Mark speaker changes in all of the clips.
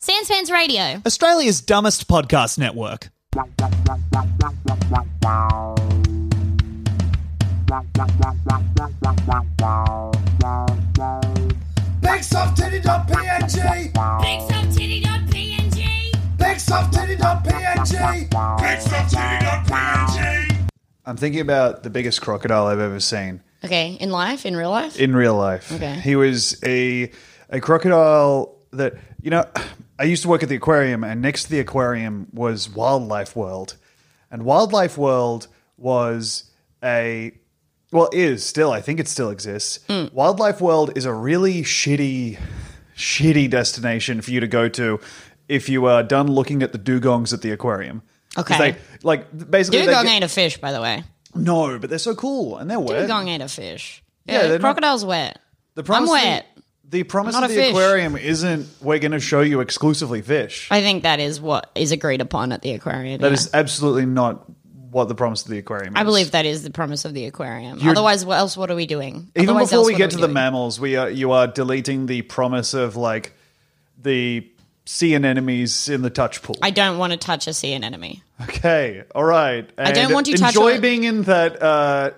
Speaker 1: Fans Fans Radio.
Speaker 2: Australia's dumbest podcast network.
Speaker 3: BigSoftTitty.png
Speaker 1: PNG.
Speaker 3: BigSoftTitty.png BigSoftTitty.png
Speaker 4: I'm thinking about the biggest crocodile I've ever seen
Speaker 5: Okay, in life, in real life.
Speaker 4: in real life.
Speaker 5: Okay.
Speaker 4: He was a a crocodile that you know. I used to work at the aquarium, and next to the aquarium was Wildlife World, and Wildlife World was a well is still I think it still exists.
Speaker 5: Hmm.
Speaker 4: Wildlife World is a really shitty, shitty destination for you to go to if you are done looking at the dugongs at the aquarium. 'Cause
Speaker 5: Okay.
Speaker 4: they- like basically they
Speaker 5: Dugong
Speaker 4: get-
Speaker 5: ain't a fish, by the way.
Speaker 4: No, but they're so cool and they're wet.
Speaker 5: Dugong ain't a fish.
Speaker 4: Yeah,
Speaker 5: Yeah,
Speaker 4: they're not-
Speaker 5: crocodile's wet.
Speaker 4: The
Speaker 5: I'm
Speaker 4: promise of the-
Speaker 5: wet.
Speaker 4: The promise
Speaker 5: I'm
Speaker 4: of
Speaker 5: not
Speaker 4: the
Speaker 5: a fish.
Speaker 4: aquarium isn't we're going to show you exclusively fish.
Speaker 5: I think that is what is agreed upon at the aquarium.
Speaker 4: That
Speaker 5: yeah.
Speaker 4: is absolutely not what the promise of the aquarium is.
Speaker 5: I believe that is the premise of the aquarium.
Speaker 4: You're-
Speaker 5: Otherwise, what else? What are we doing?
Speaker 4: Even
Speaker 5: Otherwise,
Speaker 4: before
Speaker 5: else
Speaker 4: we
Speaker 5: what are
Speaker 4: get to the
Speaker 5: doing?
Speaker 4: mammals, we are you are deleting the promise of like the sea anemones in the touch pool.
Speaker 5: I don't want to touch a sea anemone.
Speaker 4: okay, all right.
Speaker 5: don't
Speaker 4: And
Speaker 5: want you touch
Speaker 4: enjoy
Speaker 5: all-
Speaker 4: being in that uh,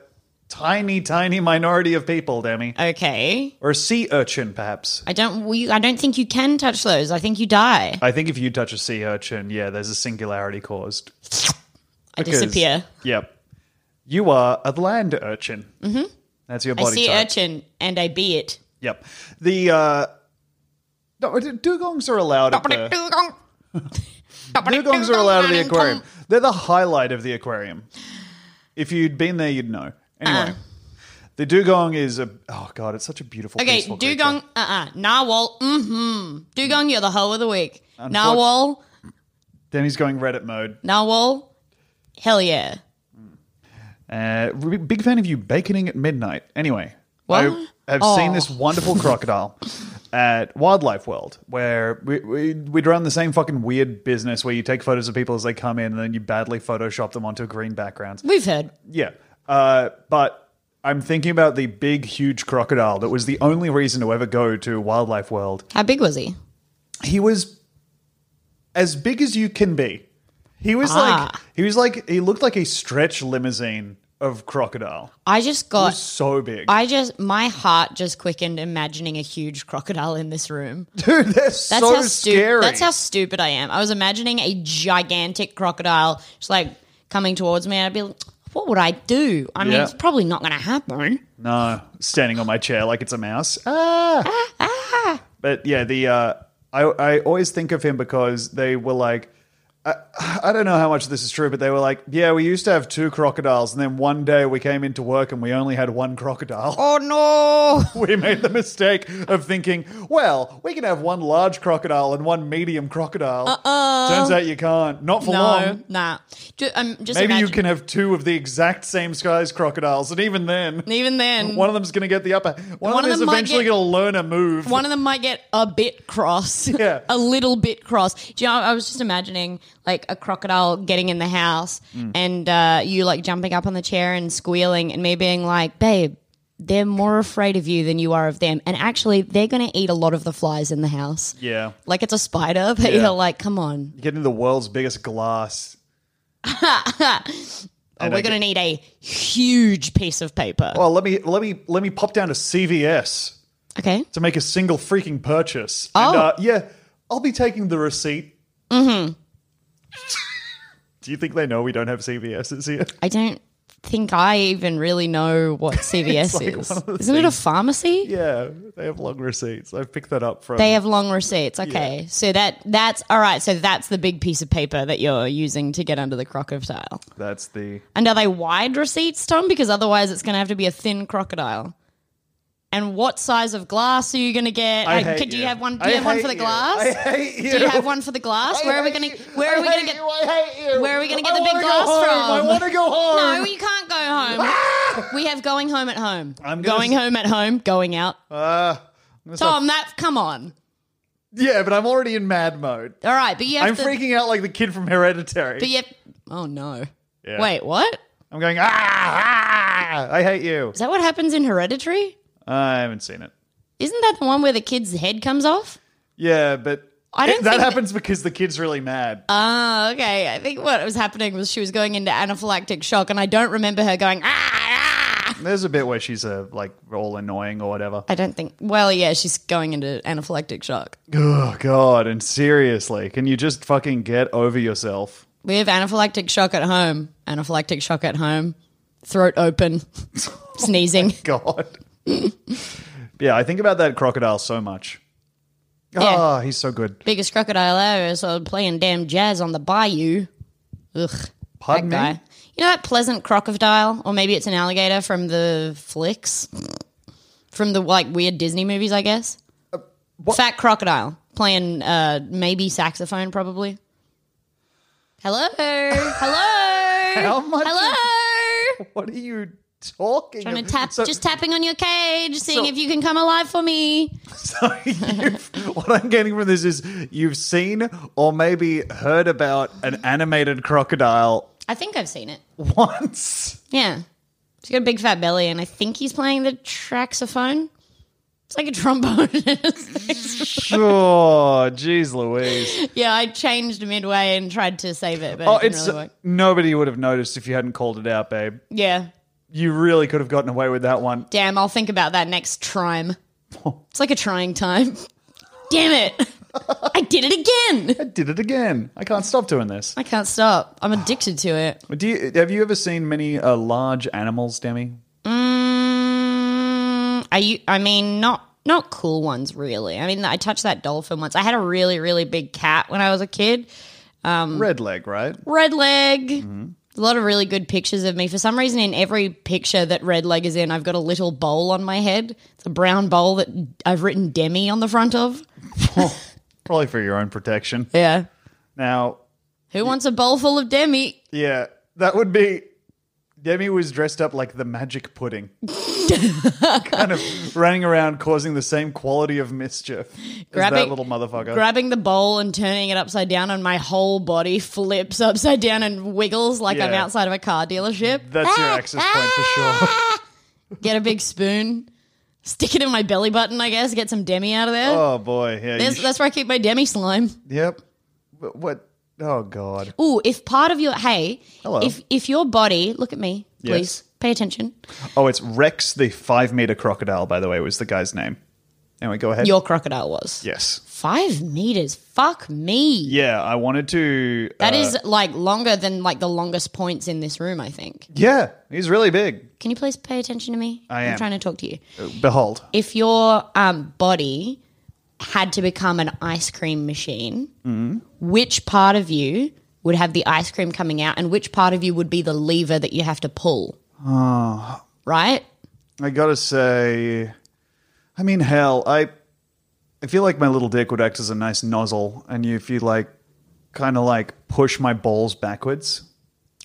Speaker 4: tiny, tiny minority of people, Demi,
Speaker 5: Okay,
Speaker 4: or a sea urchin, perhaps.
Speaker 5: I don't. We, I don't think you can touch those. I think you die.
Speaker 4: I think if you touch a sea urchin, yeah, there's a singularity caused.
Speaker 5: I
Speaker 4: Because-
Speaker 5: disappear.
Speaker 4: Yep. You are a land urchin. Mm-hmm. That's your
Speaker 5: I
Speaker 4: body
Speaker 5: see
Speaker 4: type.
Speaker 5: urchin and I be it.
Speaker 4: Yep. The uh, no, dugongs are allowed. At the,
Speaker 5: Dugong.
Speaker 4: dugongs are allowed at the aquarium. They're the highlight of the aquarium. If you'd been there, you'd know. Anyway,
Speaker 5: Uh.
Speaker 4: the dugong is a oh god, it's such a beautiful.
Speaker 5: Okay,
Speaker 4: peaceful creature.
Speaker 5: dugong. Uh uh Narwhal. Mm hmm. Dugong, you're the hoe of the week. Narwhal.
Speaker 4: Then he's going Reddit mode.
Speaker 5: Narwhal. Hell yeah.
Speaker 4: Uh, re- big fan of you baconing at midnight. Anyway,
Speaker 5: What? Oh.
Speaker 4: I have seen this wonderful crocodile at Wildlife World, where we, we, we'd run the same fucking weird business where you take photos of people as they come in and then you badly Photoshop them onto green backgrounds.
Speaker 5: We've heard.
Speaker 4: Yeah. Uh, but I'm thinking about the big, huge crocodile that was the only reason to ever go to Wildlife World.
Speaker 5: How big was he?
Speaker 4: He was as big as you can be. He was like,
Speaker 5: Ah.
Speaker 4: he was like, he looked like a stretch limousine of crocodile.
Speaker 5: I just
Speaker 4: It
Speaker 5: got.
Speaker 4: was so big.
Speaker 5: I just. My heart just quickened imagining a huge crocodile in this room.
Speaker 4: Dude, they're
Speaker 5: That's
Speaker 4: so
Speaker 5: how stupid.
Speaker 4: scary.
Speaker 5: That's how stupid I am. I was imagining a gigantic crocodile just like coming towards me. I'd be like, what would I do? I mean,
Speaker 4: Yeah.
Speaker 5: it's probably not going to happen.
Speaker 4: no, standing on my chair like it's a mouse. Ah. but yeah, the uh, I I always think of him because they were like. I, I don't know how much of this is true, but they were like, "Yeah, we used to have two crocodiles, and then one day we came into work and we only had one crocodile.
Speaker 5: Oh no!
Speaker 4: We made the mistake of thinking, well, we can have one large crocodile and one medium crocodile. Uh-uh. Turns out you can't. Not for
Speaker 5: No,
Speaker 4: long.
Speaker 5: nah. Ju- um, just
Speaker 4: Maybe you
Speaker 5: imagine-
Speaker 4: can have two of the exact same size crocodiles, and even then,
Speaker 5: Even then,
Speaker 4: One
Speaker 5: one
Speaker 4: of them's going to get the upper. One,
Speaker 5: One
Speaker 4: of
Speaker 5: of
Speaker 4: them is
Speaker 5: them might
Speaker 4: eventually
Speaker 5: get-
Speaker 4: going to learn a move.
Speaker 5: of, them might get a bit cross.
Speaker 4: Yeah.
Speaker 5: a little bit cross. Do you know, I was just imagining like a crocodile getting in the house
Speaker 4: Mm.
Speaker 5: and uh, you like jumping up on the chair and squealing and me being like, babe, they're more afraid of you than you are of them. And actually, they're going to eat a lot of the flies in the house.
Speaker 4: yeah,
Speaker 5: Like it's a spider, but
Speaker 4: Yeah.
Speaker 5: you're like, come on.
Speaker 4: You're getting the world's biggest glass.
Speaker 5: Oh,
Speaker 4: And I
Speaker 5: we're going to need a huge piece of paper.
Speaker 4: Well, oh, let me let me let me pop down to CVS
Speaker 5: okay.
Speaker 4: to make a single freaking purchase. And,
Speaker 5: Oh.
Speaker 4: uh, yeah, I'll be taking the receipt. Mm-hmm. Do you think they know we don't have CVSs here?
Speaker 5: I don't think I even really know what CVS
Speaker 4: like
Speaker 5: is.
Speaker 4: one of
Speaker 5: Isn't
Speaker 4: the
Speaker 5: it a pharmacy?
Speaker 4: Yeah, they have long receipts. I've picked that up from.
Speaker 5: They have long receipts. Okay, so that that's all right. So that's the big piece of paper that you're using to get under the crocodile.
Speaker 4: That's the
Speaker 5: And are they wide receipts, Tom? Because otherwise, it's going to have to be a thin crocodile. And what size of glass are you going to get?
Speaker 4: I
Speaker 5: Like,
Speaker 4: hate
Speaker 5: could you,
Speaker 4: you.
Speaker 5: have one? Do
Speaker 4: I
Speaker 5: you have one
Speaker 4: hate
Speaker 5: for the
Speaker 4: you.
Speaker 5: glass?
Speaker 4: I hate you.
Speaker 5: Do you have one for the glass?
Speaker 4: I
Speaker 5: where are we
Speaker 4: hate
Speaker 5: going to?
Speaker 4: you. I
Speaker 5: Where are we going to
Speaker 4: hate
Speaker 5: get?
Speaker 4: you. I hate you.
Speaker 5: where are we gonna get
Speaker 4: I
Speaker 5: the big
Speaker 4: wanna go
Speaker 5: glass
Speaker 4: home.
Speaker 5: from?
Speaker 4: I want to go home.
Speaker 5: No, you can't go home. we have going home at home.
Speaker 4: I'm gonna
Speaker 5: going
Speaker 4: s-
Speaker 5: home at home. Going out.
Speaker 4: Uh, I'm gonna stop-
Speaker 5: Tom, that come on.
Speaker 4: Yeah, but I'm already in mad mode.
Speaker 5: All right, but you have
Speaker 4: I'm
Speaker 5: to.
Speaker 4: freaking out like the kid from Hereditary.
Speaker 5: But you have, oh no.
Speaker 4: Yeah.
Speaker 5: Wait, what?
Speaker 4: I'm going, ah, ah, I hate you.
Speaker 5: Is that what happens in Hereditary?
Speaker 4: I haven't seen it.
Speaker 5: Isn't that the one where the kid's head comes off?
Speaker 4: Yeah, but
Speaker 5: I don't
Speaker 4: that
Speaker 5: think
Speaker 4: happens because the kid's really mad.
Speaker 5: Oh, okay. I think what was happening was she was going into anaphylactic shock, and I don't remember her going, ah, ah.
Speaker 4: There's a bit where she's uh, like all annoying or whatever.
Speaker 5: I don't think, well, yeah, she's going into anaphylactic shock.
Speaker 4: Oh god! And seriously, can you just fucking get over yourself?
Speaker 5: We have anaphylactic shock at home, anaphylactic shock at home, throat open, sneezing.
Speaker 4: God. yeah, I think about that crocodile so much. Ah, he's so good.
Speaker 5: Biggest crocodile ever, so playing damn jazz on the bayou. Ugh.
Speaker 4: Pardon
Speaker 5: that guy.
Speaker 4: me?
Speaker 5: You know that pleasant crocodile, or maybe it's an alligator from the flicks, from the like weird Disney movies, I guess.
Speaker 4: Uh,
Speaker 5: Fat crocodile playing uh, maybe saxophone, probably. Hello, hello,
Speaker 4: How much-
Speaker 5: hello.
Speaker 4: What are you talking?
Speaker 5: Trying to
Speaker 4: about?
Speaker 5: tap,
Speaker 4: So-
Speaker 5: just tapping on your cage, seeing
Speaker 4: so-
Speaker 5: if you can come alive for me.
Speaker 4: So you've, what I'm getting from this is you've seen or maybe heard about an animated crocodile
Speaker 5: I think I've seen it.
Speaker 4: once.
Speaker 5: Yeah. He's got a big fat belly, and I think he's playing the traxophone. It's like a trombone.
Speaker 4: Sure, jeez Louise.
Speaker 5: yeah, I changed midway and tried to save it, but
Speaker 4: Oh,
Speaker 5: it didn't
Speaker 4: it's
Speaker 5: really work.
Speaker 4: nobody would have noticed if you hadn't called it out, babe.
Speaker 5: Yeah.
Speaker 4: You really could have gotten away with that one.
Speaker 5: Damn, I'll think about that next trime. It's like a trying time. Damn it. I did it
Speaker 4: I
Speaker 5: again.
Speaker 4: did it again. I can't stop doing this.
Speaker 5: I can't stop. I'm addicted to it.
Speaker 4: Do you, have you ever seen many uh, large animals, Demi?
Speaker 5: Mm, I u- I mean, not not cool ones, really. I mean, I touched that dolphin once. I had a really, really big cat when I was a kid.
Speaker 4: Red leg, right?
Speaker 5: Red Leg.
Speaker 4: Mm-hmm.
Speaker 5: A lot of really good pictures of me. For some reason, in every picture that Red Leg is in, I've got a little bowl on my head. It's a brown bowl that I've written Demi on the front of.
Speaker 4: Probably for your own protection.
Speaker 5: Yeah.
Speaker 4: Now,
Speaker 5: Who wants a bowl full of Demi?
Speaker 4: yeah, that would be. Demi was dressed up like the magic pudding, kind of running around causing the same quality of mischief as that
Speaker 5: Grabbing-
Speaker 4: little motherfucker.
Speaker 5: Grabbing the bowl and turning it upside down, and my whole body flips upside down and wiggles like I'm
Speaker 4: Yeah.
Speaker 5: outside of a car dealership.
Speaker 4: That's your access point for sure.
Speaker 5: Get a big spoon, stick it in my belly button, I guess, get some Demi out of there.
Speaker 4: Oh boy, yeah, you
Speaker 5: There's-
Speaker 4: sh-
Speaker 5: that's where I keep my Demi slime.
Speaker 4: yep. But what? Oh god,
Speaker 5: Ooh, if part of your hey,
Speaker 4: Hello.
Speaker 5: if if your body, look at me,
Speaker 4: Yes.
Speaker 5: please pay attention.
Speaker 4: Oh, it's Rex, the five meter crocodile. By the way, was the guy's name. Anyway, go ahead.
Speaker 5: Your crocodile was
Speaker 4: yes.
Speaker 5: five meters. Fuck me.
Speaker 4: Yeah, I wanted to.
Speaker 5: That
Speaker 4: uh,
Speaker 5: is like longer than like the longest points in this room. I think.
Speaker 4: Yeah, he's really big.
Speaker 5: Can you please pay attention to me?
Speaker 4: I am.
Speaker 5: I'm trying to talk to you.
Speaker 4: Behold.
Speaker 5: If your um, body had to become an ice cream machine,
Speaker 4: Mm-hmm.
Speaker 5: which part of you would have the ice cream coming out, and which part of you would be the lever that you have to pull?
Speaker 4: Ah.
Speaker 5: Right.
Speaker 4: I gotta say, I mean, hell, I, I feel like my little dick would act as a nice nozzle, and if you like, kind of like push my balls backwards.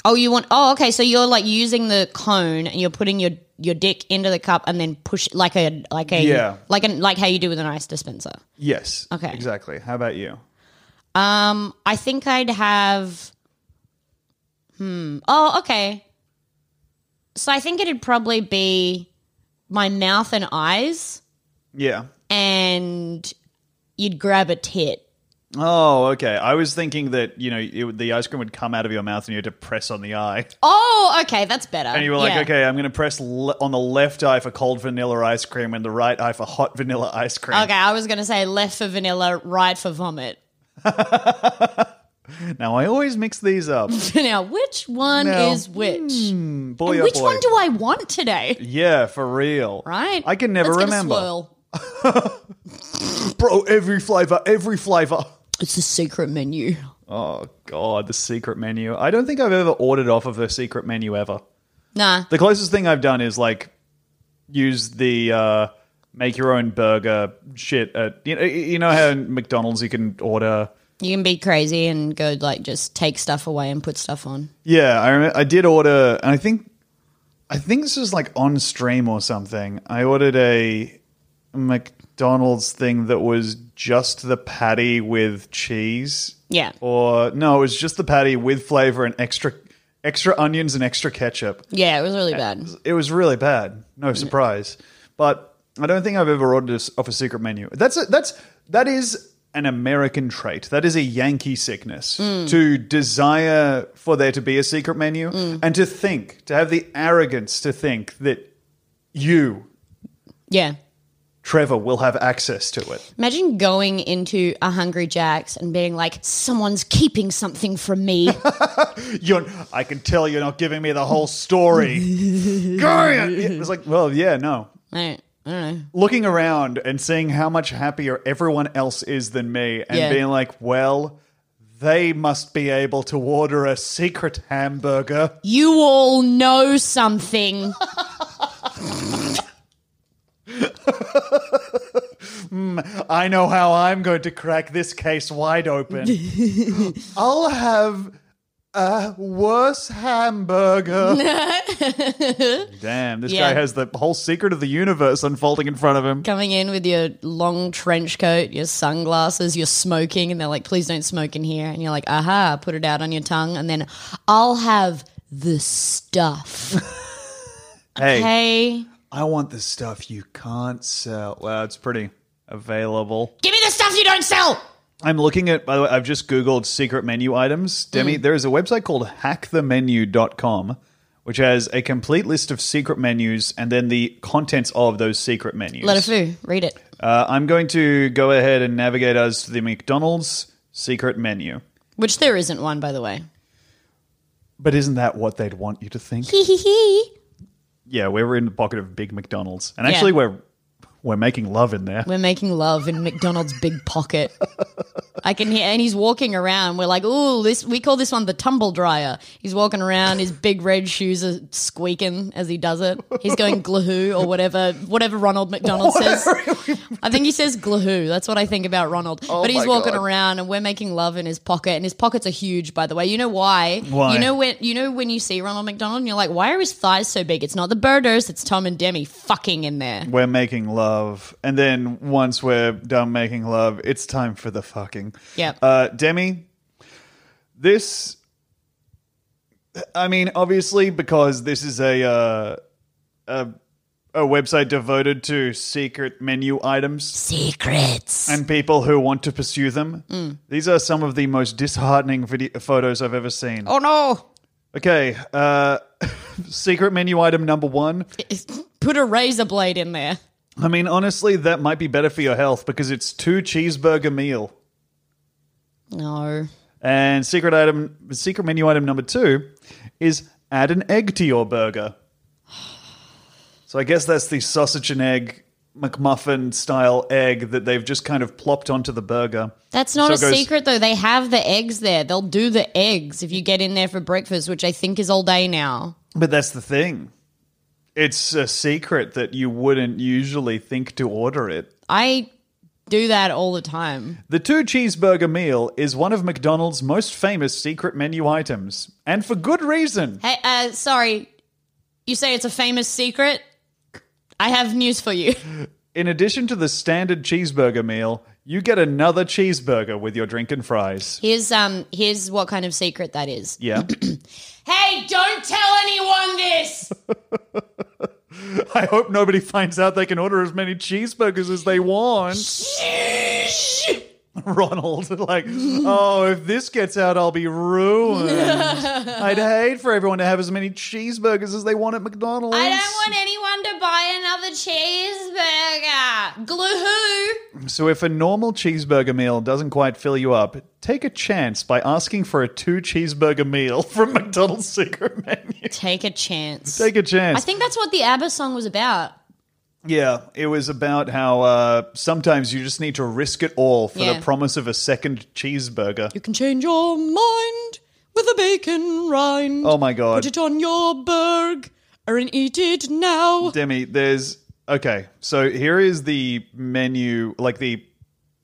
Speaker 5: Oh, you want? Oh, okay. So you're like using the cone and you're putting your your dick into the cup and then push like a like a
Speaker 4: Yeah.
Speaker 5: like an like how you do with an ice dispenser.
Speaker 4: Yes.
Speaker 5: Okay.
Speaker 4: Exactly. How about you?
Speaker 5: Um, I think I'd have. Hmm. Oh, okay. So I think it'd probably be my mouth and eyes,
Speaker 4: Yeah.
Speaker 5: and you'd grab a tit.
Speaker 4: Oh, okay. I was thinking that you know it, would- the ice cream would come out of your mouth and you had to press on the eye,
Speaker 5: Oh, okay, that's better.
Speaker 4: and you were like,
Speaker 5: Yeah.
Speaker 4: "Okay, I'm going to press le- on the left eye for cold vanilla ice cream and the right eye for hot vanilla ice cream."
Speaker 5: Okay, I was gonna say left for vanilla, right for vomit.
Speaker 4: Now I always mix these up.
Speaker 5: now, which one
Speaker 4: Now,
Speaker 5: is which?
Speaker 4: Boy, oh
Speaker 5: Which
Speaker 4: boy.
Speaker 5: one do I want today?
Speaker 4: Yeah, for real.
Speaker 5: Right?
Speaker 4: I can never
Speaker 5: Let's get a
Speaker 4: remember.
Speaker 5: swirl.
Speaker 4: Bro, every flavor, every flavor.
Speaker 5: It's the secret menu.
Speaker 4: Oh god, the secret menu. I don't think I've ever ordered off of the secret menu ever.
Speaker 5: Nah.
Speaker 4: The closest thing I've done is like use the uh, make your own burger shit at you know, you know how in McDonald's you can order
Speaker 5: You can be crazy and go like just take stuff away and put stuff on.
Speaker 4: Yeah, I remember, I did order, and I think I think this was like on stream or something. I ordered a McDonald's thing that was just the patty with cheese.
Speaker 5: Yeah.
Speaker 4: Or no, it was just the patty with flavor and extra extra onions and extra ketchup.
Speaker 5: Yeah, it was really bad.
Speaker 4: It was really bad. No surprise. But I don't think I've ever ordered this off a secret menu. That's a, that's that is an American trait. That is a Yankee sickness to desire for there to be a secret menu and to think, to have the arrogance to think that you,
Speaker 5: Yeah.
Speaker 4: Trevor, will have access to it.
Speaker 5: Imagine going into a Hungry Jack's and being like, someone's keeping something from me.
Speaker 4: You're, I can tell you're not giving me the whole story. Gary! It was like, well, yeah, no.
Speaker 5: I don't, I don't know.
Speaker 4: Looking around and seeing how much happier everyone else is than me and
Speaker 5: Yeah.
Speaker 4: being like, well, they must be able to order a secret hamburger.
Speaker 5: You all know something.
Speaker 4: I know how I'm going to crack this case wide open. I'll have a worse hamburger. Damn, this
Speaker 5: Yeah.
Speaker 4: guy has the whole secret of the universe unfolding in front of him.
Speaker 5: Coming in with your long trench coat, your sunglasses, you're smoking, and they're like, please don't smoke in here. And you're like, aha, put it out on your tongue. And then I'll have the stuff.
Speaker 4: Hey,
Speaker 5: Hey,
Speaker 4: I want the stuff you can't sell. Well, it's pretty available.
Speaker 5: give me the stuff you don't sell.
Speaker 4: I'm looking at, by the way, I've just Googled secret menu items. Demi,
Speaker 5: Mm.
Speaker 4: there is a website called hackthemenu.com, which has a complete list of secret menus and then the contents of those secret menus.
Speaker 5: Let foo, read it.
Speaker 4: Uh, I'm going to go ahead and navigate us to the McDonald's secret menu.
Speaker 5: Which there isn't one, by the way.
Speaker 4: But isn't that what they'd want you to think?
Speaker 5: Hee hee hee.
Speaker 4: yeah, we're in the pocket of big McDonald's, and
Speaker 5: Yeah.
Speaker 4: actually, we're we're making love in there.
Speaker 5: We're making love in McDonald's big pocket. I can hear, and he's walking around. We're like, "Ooh, this." We call this one the tumble dryer. He's walking around. His big red shoes are squeaking as he does it. He's going glahoo or whatever, whatever Ronald McDonald says. I think he says glahoo. That's what I think about Ronald. but he's
Speaker 4: Oh my
Speaker 5: walking
Speaker 4: God.
Speaker 5: around, and we're making love in his pocket. And his pockets are huge, by the way. You know why?
Speaker 4: Why?
Speaker 5: You know when you know when you see Ronald McDonald, and you're like, "Why are his thighs so big?" It's not the birders. It's Tom and Demi fucking in there.
Speaker 4: We're making love, and then once we're done making love, it's time for the fucking.
Speaker 5: Yep.
Speaker 4: Uh, Demi, this. I mean, obviously, because this is a uh, a a website devoted to secret menu items.
Speaker 5: Secrets. Mm.
Speaker 4: and people who want to pursue them. These are some of the most disheartening video- photos I've ever seen.
Speaker 5: oh no.
Speaker 4: Okay, uh, secret menu item number one.
Speaker 5: put a razor blade in there.
Speaker 4: I mean, honestly, that might be better for your health because it's two cheeseburger meal.
Speaker 5: No.
Speaker 4: And secret item, secret menu item number two is add an egg to your burger. So I guess that's the sausage and egg McMuffin style egg that they've just kind of plopped onto the burger.
Speaker 5: That's not
Speaker 4: So
Speaker 5: a
Speaker 4: it goes-
Speaker 5: secret though. They have the eggs there. They'll do the eggs if you get in there for breakfast, which I think is all day now.
Speaker 4: But that's the thing. It's a secret that you wouldn't usually think to order it.
Speaker 5: I do that all the time.
Speaker 4: The two cheeseburger meal is one of McDonald's most famous secret menu items, and for good reason.
Speaker 5: Hey, uh, sorry. You say it's a famous secret? I have news for you.
Speaker 4: In addition to the standard cheeseburger meal, you get another cheeseburger with your drink and fries.
Speaker 5: Here's um here's what kind of secret that is.
Speaker 4: Yeah.
Speaker 5: Hey, don't tell anyone this.
Speaker 4: I hope nobody finds out they can order as many cheeseburgers as they want.
Speaker 5: Shh.
Speaker 4: Ronald, like, oh, if this gets out, I'll be ruined. I'd hate for everyone to have as many cheeseburgers as they want at McDonald's.
Speaker 5: I don't want anyone to buy another cheeseburger. Glue who?
Speaker 4: So, if a normal cheeseburger meal doesn't quite fill you up, take a chance by asking for a two cheeseburger meal from McDonald's secret menu.
Speaker 5: Take a chance.
Speaker 4: Take a chance.
Speaker 5: I think that's what the ABBA song was about.
Speaker 4: yeah, it was about how uh, sometimes you just need to risk it all for
Speaker 5: Yeah.
Speaker 4: the promise of a second cheeseburger.
Speaker 5: You can change your mind with a bacon rind.
Speaker 4: Oh my god.
Speaker 5: Put it on your burg or and eat it now.
Speaker 4: Demi, there's okay. So here is the menu, like the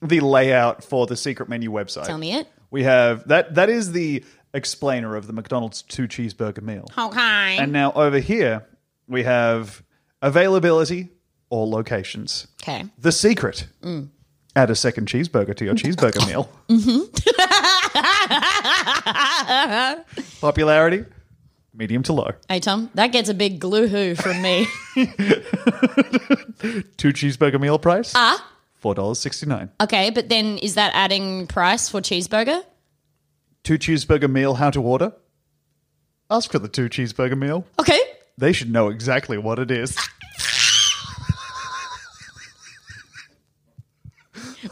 Speaker 4: the layout for the secret menu website.
Speaker 5: Tell me it.
Speaker 4: We have that. That is the explainer of the McDonald's two cheeseburger meal.
Speaker 5: Okay.
Speaker 4: And now over here we have availability or locations.
Speaker 5: okay.
Speaker 4: The secret. Add a second cheeseburger to your cheeseburger meal.
Speaker 5: Mm-hmm.
Speaker 4: Popularity, medium to low.
Speaker 5: Hey, Tom, that gets a big glue who from me.
Speaker 4: Two cheeseburger meal price. Ah. four dollars sixty nine.
Speaker 5: Okay, but then is that adding price for cheeseburger?
Speaker 4: Two cheeseburger meal. How to order? Ask for the two cheeseburger meal.
Speaker 5: Okay.
Speaker 4: They should know exactly what it is.
Speaker 5: Ah.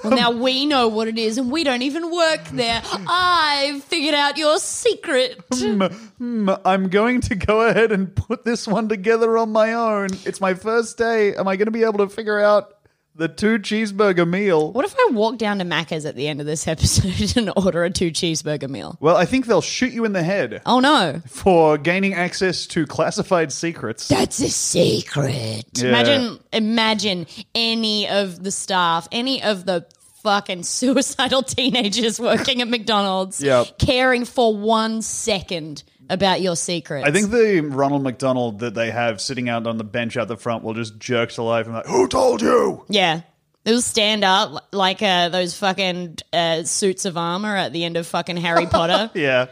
Speaker 5: Well, now we know what it is, and we don't even work there. I've figured out your secret.
Speaker 4: Hmm, I'm going to go ahead and put this one together on my own. It's my first day. Am I going to be able to figure out the two cheeseburger meal?
Speaker 5: What if I walk down to Macca's at the end of this episode and order a two cheeseburger meal?
Speaker 4: Well, I think they'll shoot you in the head
Speaker 5: Oh no,
Speaker 4: for gaining access to classified secrets.
Speaker 5: that's a secret.
Speaker 4: Yeah.
Speaker 5: Imagine, imagine any of the staff, any of the fucking suicidal teenagers working at McDonald's,
Speaker 4: Yep.
Speaker 5: caring for one second about your secrets.
Speaker 4: I think the Ronald McDonald that they have sitting out on the bench out the front will just jerk to life and like, who told you?
Speaker 5: Yeah. They'll stand up li- like uh, those fucking uh, suits of armor at the end of fucking Harry Potter.
Speaker 4: Yeah,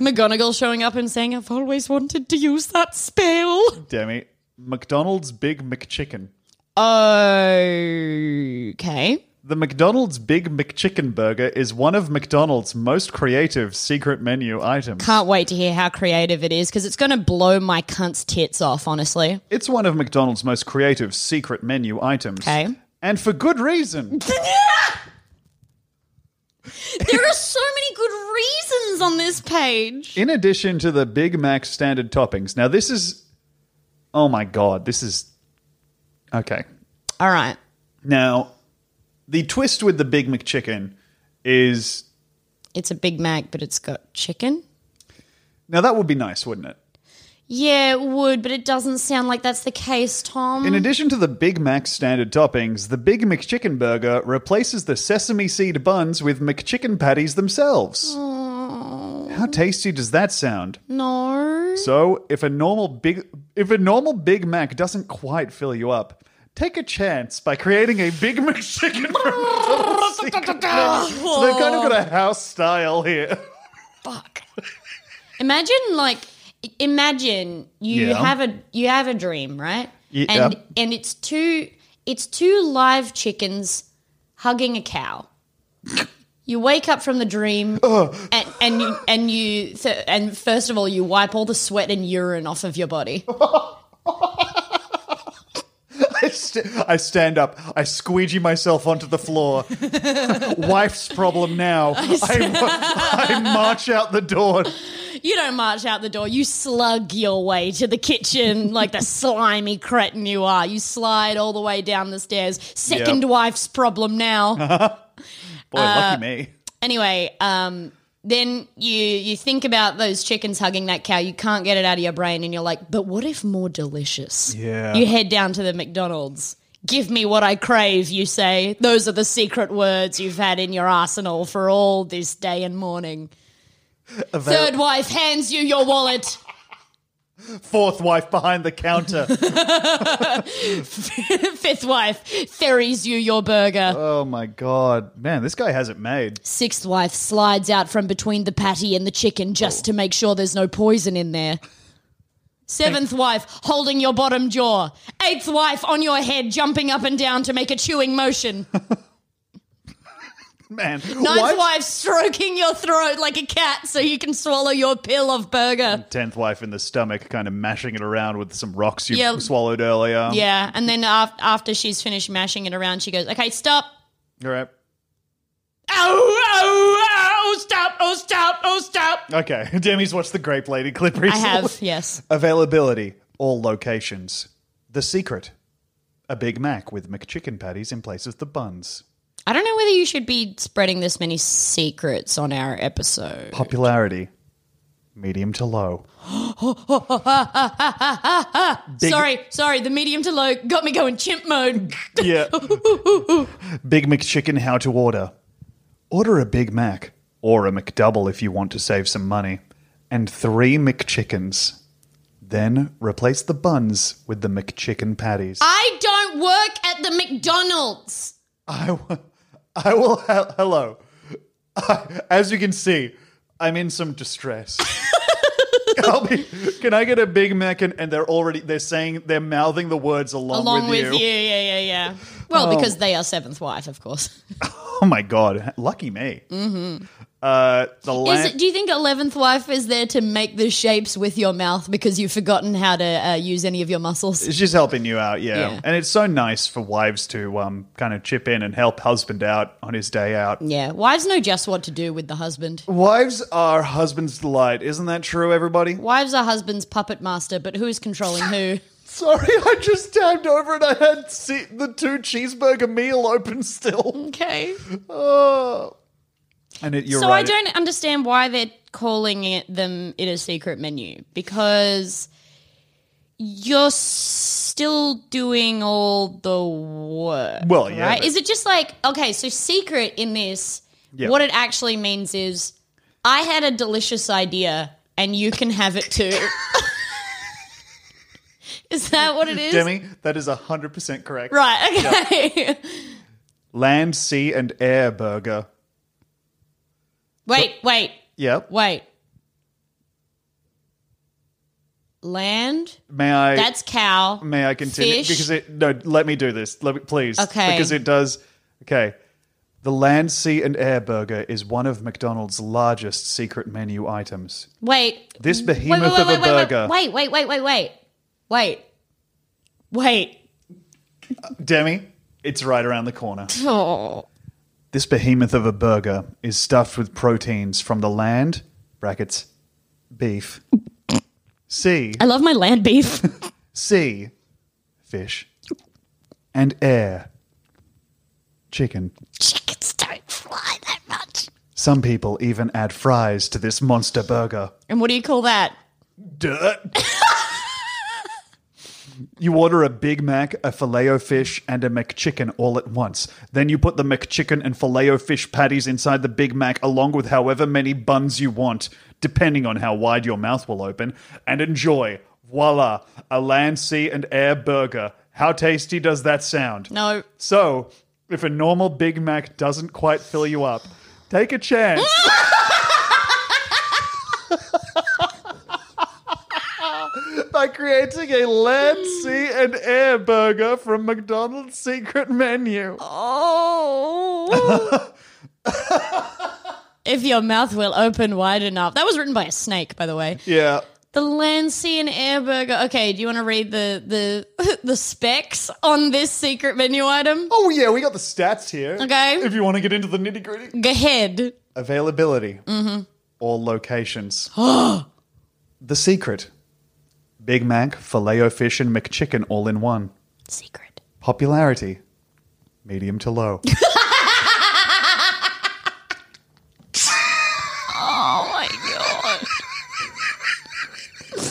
Speaker 5: McGonagall showing up and saying, I've always wanted to use that spell.
Speaker 4: damn it. McDonald's Big McChicken.
Speaker 5: Okay.
Speaker 4: The McDonald's Big McChicken Burger is one of McDonald's most creative secret menu items.
Speaker 5: Can't wait to hear how creative it is because it's going to blow my cunt's tits off, honestly.
Speaker 4: It's one of McDonald's most creative secret menu items.
Speaker 5: Okay.
Speaker 4: And for good reason.
Speaker 5: there are so many good reasons on this page.
Speaker 4: In addition to the Big Mac standard toppings. Now, this is. Oh my God, this is. Okay.
Speaker 5: All right.
Speaker 4: Now, the twist with the Big McChicken is.
Speaker 5: It's a Big Mac, but it's got chicken.
Speaker 4: Now, that would be nice, wouldn't it?
Speaker 5: Yeah, it would, but it doesn't sound like that's the case, Tom.
Speaker 4: In addition to the Big Mac standard toppings, the Big McChicken burger replaces the sesame seed buns with McChicken patties themselves. How tasty does that sound?
Speaker 5: no.
Speaker 4: So, if a normal big if a normal Big Mac doesn't quite fill you up, take a chance by creating a Big McChicken. from secret menu. so they've kind of got a house style here.
Speaker 5: fuck. Imagine like i- imagine you
Speaker 4: Yeah.
Speaker 5: have a you have a dream, right?
Speaker 4: Yeah.
Speaker 5: And and it's two it's two live chickens hugging a cow. You wake up from the dream, and, and you and you th- and first of all, you wipe all the sweat and urine off of your body.
Speaker 4: I, st- I stand up. I squeegee myself onto the floor. Wife's problem now. I, I, march out the door.
Speaker 5: You don't march out the door. You slug your way to the kitchen like the slimy cretin you are. You slide all the way down the stairs. Second
Speaker 4: Yep. Uh-huh.
Speaker 5: wife's problem now.
Speaker 4: Boy, lucky me.
Speaker 5: anyway, um, then you you think about those chickens hugging that cow. You can't get it out of your brain, and you're like, but what if more delicious?
Speaker 4: Yeah.
Speaker 5: You head down to the McDonald's. Give me what I crave, you say. Those are the secret words you've had in your arsenal for all this day and morning. Third wife hands you your wallet.
Speaker 4: Fourth wife behind the counter.
Speaker 5: Fifth wife ferries you your burger.
Speaker 4: oh my god, man, this guy has it made.
Speaker 5: Sixth wife slides out from between the patty and the chicken just to make sure there's no poison in there. Seventh wife holding your bottom jaw. Eighth wife on your head jumping up and down to make a chewing motion.
Speaker 4: Man,
Speaker 5: Ninth
Speaker 4: why-
Speaker 5: wife stroking your throat like a cat so you can swallow your pill of burger.
Speaker 4: Tenth wife in the stomach, kind of mashing it around with some rocks you
Speaker 5: Yeah.
Speaker 4: swallowed earlier.
Speaker 5: Yeah, and then af- after she's finished mashing it around, she goes, "Okay, stop."
Speaker 4: All right.
Speaker 5: Oh, oh, oh, stop, oh, stop, oh, stop.
Speaker 4: Okay. Demi's watched the Grape Lady clip recently.
Speaker 5: I have, yes.
Speaker 4: Availability, all locations. The secret. A Big Mac with McChicken patties in place of the buns.
Speaker 5: I don't know whether you should be spreading this many secrets on our episode.
Speaker 4: Popularity. Medium to low. Big-
Speaker 5: Sorry, sorry, the medium to low got me going chimp mode.
Speaker 4: Yeah. Big McChicken how to order. Order a Big Mac or a McDouble if you want to save some money. And three McChickens. Then replace the buns with the McChicken patties.
Speaker 5: I don't work at the McDonald's.
Speaker 4: I, w- I will. he- hello. as you can see, I'm in some distress. I'll be, can I get a Big Mac? And, and they're already they're saying they're mouthing the words along,
Speaker 5: Along
Speaker 4: with,
Speaker 5: with you. yeah, yeah, yeah. Well, because they are seventh wife, of course.
Speaker 4: Oh my god, lucky me. Mm-hmm. Uh, the
Speaker 5: Is
Speaker 4: land.
Speaker 5: it, do you think eleventh wife is there to make the shapes with your mouth because you've forgotten how to uh, use any of your muscles?
Speaker 4: it's just helping you out, yeah.
Speaker 5: Yeah.
Speaker 4: And it's so nice for wives to um kind of chip in and help husband out on his day out.
Speaker 5: Yeah, wives know just what to do with the husband.
Speaker 4: Wives are husband's delight, isn't that true, everybody?
Speaker 5: Wives are husband's puppet master, but who is controlling who?
Speaker 4: Sorry, I just tabbed over and I had se- the two cheeseburger meal open still.
Speaker 5: Okay.
Speaker 4: Oh. And it, you're
Speaker 5: so
Speaker 4: right.
Speaker 5: I don't understand why they're calling it them it a secret menu because you're still doing all the work.
Speaker 4: Well, yeah,
Speaker 5: right?
Speaker 4: but-
Speaker 5: Is it just like okay? So secret in this,
Speaker 4: Yeah.
Speaker 5: what it actually means is I had a delicious idea and you can have it too. is that what it is?
Speaker 4: Demi, that is 100% correct.
Speaker 5: Right. Okay.
Speaker 4: Land, sea, and air burger.
Speaker 5: wait. Wait.
Speaker 4: Yep.
Speaker 5: Wait. Land.
Speaker 4: May I
Speaker 5: That's cow.
Speaker 4: may I continue?
Speaker 5: fish.
Speaker 4: Because it no, let me do this. Let me please.
Speaker 5: Okay.
Speaker 4: Because it does okay. The land, sea, and air burger is one of McDonald's largest secret menu items.
Speaker 5: Wait.
Speaker 4: This
Speaker 5: Wait,
Speaker 4: behemoth
Speaker 5: Mm. wait, wait,
Speaker 4: of a
Speaker 5: wait, wait,
Speaker 4: burger.
Speaker 5: wait, wait, wait, wait, wait, wait, wait.
Speaker 4: Demi, it's right around the corner.
Speaker 5: Oh.
Speaker 4: This behemoth of a burger is stuffed with proteins from the land, brackets, beef, sea,
Speaker 5: I love my land beef.
Speaker 4: sea, fish, and air, chicken.
Speaker 5: Chickens don't fly that much.
Speaker 4: Some people even add fries to this monster burger.
Speaker 5: And what do you call that?
Speaker 4: Dirt. you order a Big Mac, a filet fish, and a McChicken all at once. Then you put the McChicken and filet fish patties inside the Big Mac, along with however many buns you want, depending on how wide your mouth will open, and enjoy. Voila, a land, sea, and air burger. How tasty does that sound?
Speaker 5: No.
Speaker 4: So, if a normal Big Mac doesn't quite fill you up, take a chance. By creating a land, sea, and air burger from McDonald's secret menu.
Speaker 5: Oh. if your mouth will open wide enough. That was written by a snake, by the way.
Speaker 4: Yeah.
Speaker 5: The land, sea, and air burger. Okay, do you want to read the the the specs on this secret menu item?
Speaker 4: Oh, yeah, we got the stats here.
Speaker 5: Okay.
Speaker 4: If you want to get into the nitty gritty.
Speaker 5: Go ahead.
Speaker 4: availability
Speaker 5: Mm-hmm.
Speaker 4: all locations the secret big mac filet fish and mcchicken all in one
Speaker 5: Secret.
Speaker 4: popularity medium to low
Speaker 5: Oh my god.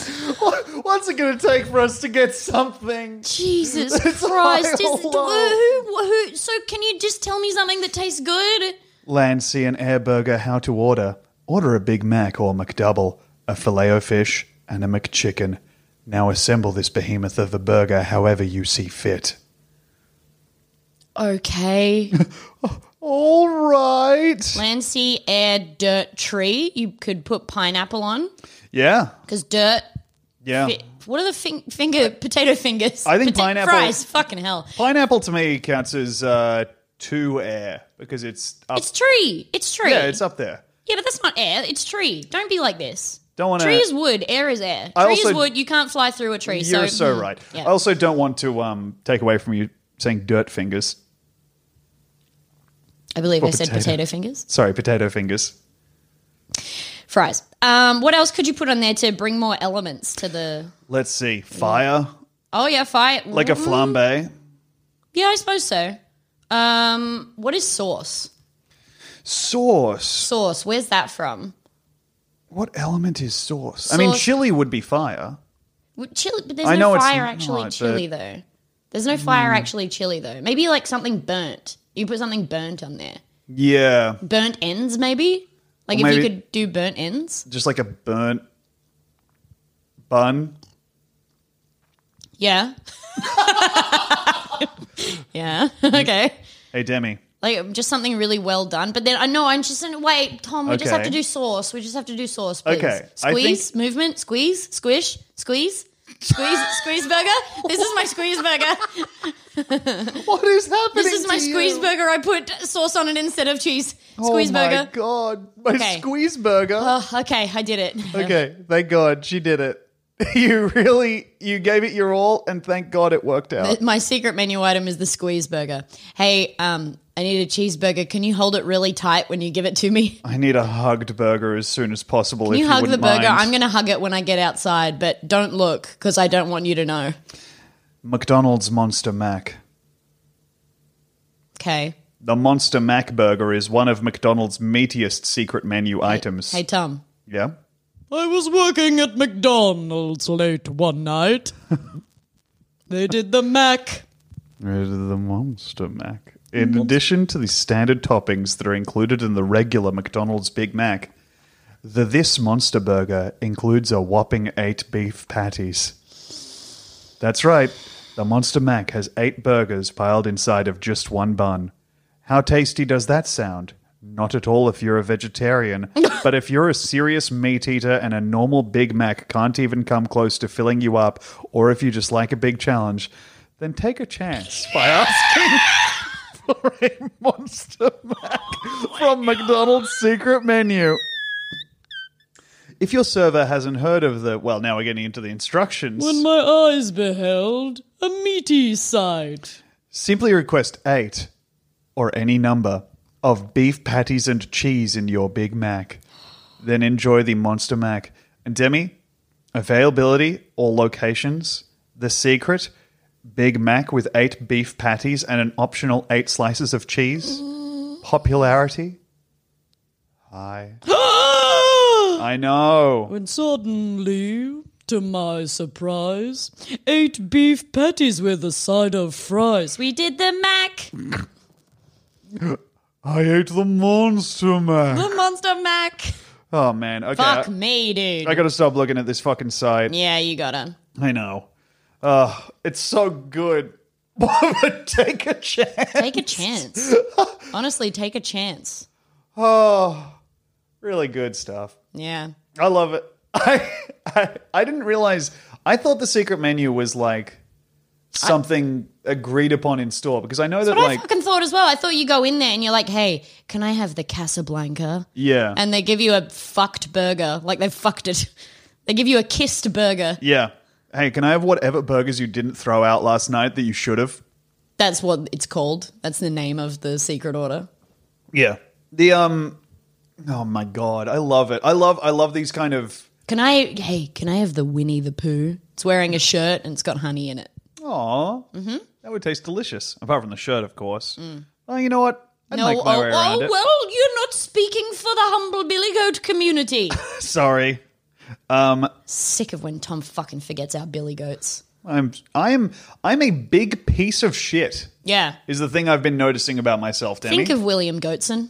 Speaker 4: what's it going to take for us to get something
Speaker 5: Jesus
Speaker 4: It's
Speaker 5: Christ! Is,
Speaker 4: all
Speaker 5: who, who, so can you just tell me something that tastes good?
Speaker 4: land sea and air burger how to order order a big mac or mcdouble a filet fish and a mcchicken now assemble this behemoth of a burger however you see fit
Speaker 5: Okay.
Speaker 4: all right
Speaker 5: land, sea, air, dirt, tree. You could put pineapple on
Speaker 4: yeah
Speaker 5: because dirt.
Speaker 4: yeah
Speaker 5: fi- What are the fin- finger potato fingers?
Speaker 4: I think
Speaker 5: Pota-
Speaker 4: pineapple-
Speaker 5: fries. Fucking hell!
Speaker 4: Pineapple to me counts as uh, two air because it's up.
Speaker 5: It's tree. It's tree.
Speaker 4: yeah, it's up there.
Speaker 5: Yeah, but that's not air. It's tree. Don't be like this.
Speaker 4: Don't wanna-
Speaker 5: Tree is wood. Air is air. Tree
Speaker 4: I
Speaker 5: is
Speaker 4: also-
Speaker 5: wood. You can't fly through a tree.
Speaker 4: You're so
Speaker 5: mm,
Speaker 4: right.
Speaker 5: yeah.
Speaker 4: I also don't want to um, take away from you saying dirt fingers.
Speaker 5: I believe I
Speaker 4: for
Speaker 5: said
Speaker 4: potato.
Speaker 5: potato fingers.
Speaker 4: Sorry, potato fingers.
Speaker 5: Fries. Um, what else could you put on there to bring more elements to the?
Speaker 4: Let's see, fire
Speaker 5: Oh yeah, fire.
Speaker 4: like a
Speaker 5: Mm-hmm.
Speaker 4: flambe.
Speaker 5: Yeah, I suppose so. Um, what is sauce?
Speaker 4: Sauce.
Speaker 5: Sauce. Where's that from?
Speaker 4: What element is sauce? I mean,
Speaker 5: Sauce.
Speaker 4: chili would be fire.
Speaker 5: Well, Chili, but there's
Speaker 4: I know
Speaker 5: no
Speaker 4: it's
Speaker 5: fire actually
Speaker 4: not, Hmm.
Speaker 5: chili though. There's no fire actually chili though. Maybe like something burnt. You put something burnt on there.
Speaker 4: Yeah,
Speaker 5: Burnt ends, maybe. Like
Speaker 4: Or
Speaker 5: if you
Speaker 4: maybe-
Speaker 5: could do burnt ends.
Speaker 4: just like a burnt bun.
Speaker 5: Yeah. yeah. okay.
Speaker 4: Hey, Demi.
Speaker 5: Like just something really well done. But then I know I'm just in wait, Tom, we just have
Speaker 4: Okay.
Speaker 5: to do sauce. We just have to do sauce, please.
Speaker 4: Okay, I
Speaker 5: Squeeze, movement, squeeze, squish, squeeze. Squeeze squeeze burger. This is my squeeze burger.
Speaker 4: What is happening?
Speaker 5: This is my
Speaker 4: to you?
Speaker 5: squeeze burger. I put sauce on it instead of cheese. Squeeze
Speaker 4: oh
Speaker 5: burger.
Speaker 4: my god, my
Speaker 5: Okay.
Speaker 4: squeeze burger.
Speaker 5: Oh, okay, I did it.
Speaker 4: okay, thank God she did it. You really you gave it your all, and thank God it worked out.
Speaker 5: My secret menu item is the squeeze burger. Hey, um, I need a cheeseburger. Can you hold it really tight when you give it to me?
Speaker 4: I need a hugged burger as soon as possible. if
Speaker 5: you hug the
Speaker 4: wouldn't
Speaker 5: burger.
Speaker 4: mind.
Speaker 5: I'm going to hug it when I get outside, but don't look because I don't want you to know.
Speaker 4: McDonald's Monster Mac.
Speaker 5: Okay.
Speaker 4: The Monster Mac burger is one of McDonald's meatiest secret menu items.
Speaker 5: Hey, Tom.
Speaker 4: yeah.
Speaker 1: I was working at McDonald's late one night. they did the Mac.
Speaker 4: Rid of the Monster Mac. In addition to the standard toppings that are included in the regular McDonald's Big Mac, the This Monster Burger includes a whopping eight beef patties. That's right, the Monster Mac has eight burgers piled inside of just one bun. How tasty does that sound? Not at all if you're a vegetarian, but if you're a serious meat eater and a normal Big Mac can't even come close to filling you up, or if you just like a big challenge, then take a chance by asking for a Monster Mac from McDonald's secret menu. If your server hasn't heard of the, well, now we're getting into the instructions.
Speaker 1: When my eyes beheld a meaty sight.
Speaker 4: Simply request eight or any number of beef patties and cheese in your Big Mac. Then enjoy the Monster Mac. And Demi, availability or locations? The secret Big Mac with eight beef patties and an optional eight slices of cheese? Popularity? High. I know.
Speaker 1: When suddenly, to my surprise, eight beef patties with a side of fries.
Speaker 5: We did the Mac.
Speaker 4: I ate the Monster Mac.
Speaker 5: The Monster Mac.
Speaker 4: Oh, man. Okay.
Speaker 5: Fuck
Speaker 4: I,
Speaker 5: me, dude.
Speaker 4: I gotta stop looking at this fucking site.
Speaker 5: yeah, you got to
Speaker 4: I know. Uh, it's so good. But take a chance.
Speaker 5: Take a chance. Honestly, take a chance.
Speaker 4: Oh, really good stuff.
Speaker 5: Yeah.
Speaker 4: I love it. I, I I didn't realize. I thought the secret menu was like something agreed upon in store because I know that
Speaker 5: But
Speaker 4: like
Speaker 5: I fucking thought as well. I thought you go in there and you're like, hey, can I have the Casablanca?
Speaker 4: yeah
Speaker 5: And they give you a fucked burger. Like they fucked it. They give you a kissed burger.
Speaker 4: yeah. Hey, can I have whatever burgers you didn't throw out last night that you should have?
Speaker 5: That's what it's called. That's the name of the secret order.
Speaker 4: Yeah. The um. Oh my god, I love it. I love I love these kind of.
Speaker 5: Can I, hey, can I have the Winnie the Pooh? It's wearing a shirt and it's got honey in it.
Speaker 4: Aw, mm-hmm. that would taste delicious. Apart from the shirt, of course. Oh, you know what? I'd
Speaker 5: Mm. No,
Speaker 4: make my
Speaker 5: oh,
Speaker 4: way around
Speaker 5: oh,
Speaker 4: it.
Speaker 5: well, you're not speaking for the humble billy goat community.
Speaker 4: Sorry,
Speaker 5: Sick of when Tom fucking forgets our billy goats.
Speaker 4: I'm I'm I'm a big piece of shit.
Speaker 5: Yeah.
Speaker 4: Is the thing I've been noticing about myself, Demi.
Speaker 5: Think of William Goatson.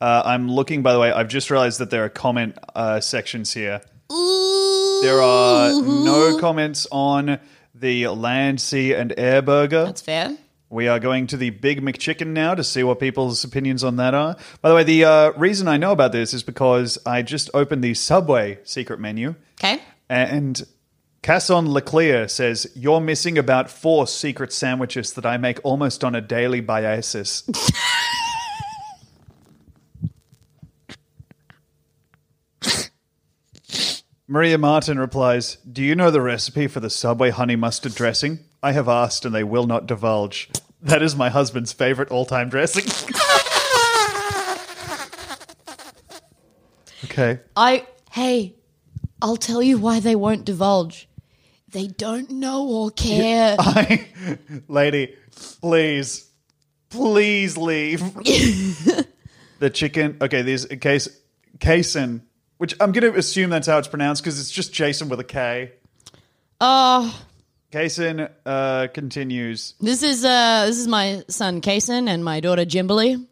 Speaker 4: uh, I'm looking. By the way, I've just realized that there are comment uh, sections here.
Speaker 5: Ooh.
Speaker 4: There are no comments on the land, sea, and air burger.
Speaker 5: That's fair.
Speaker 4: We are going to the Big McChicken now to see what people's opinions on that are. By the way, the uh, reason I know about this is because I just opened the Subway secret menu,
Speaker 5: Okay.
Speaker 4: and Casson Leclerc says, You're missing about four secret sandwiches that I make almost on a daily basis. Maria Martin replies, Do you know the recipe for the Subway honey mustard dressing? I have asked and they will not divulge. That is my husband's favorite all time dressing. okay.
Speaker 5: I hey, I'll tell you why they won't divulge. They don't know or care.
Speaker 4: I, lady, please, please leave. the chicken. Okay, these case Cason, which I'm going to assume that's how it's pronounced because it's just Jason with a K.
Speaker 5: Oh,
Speaker 4: Cason uh, continues.
Speaker 5: this is uh this is my son Kason and my daughter Jimberly.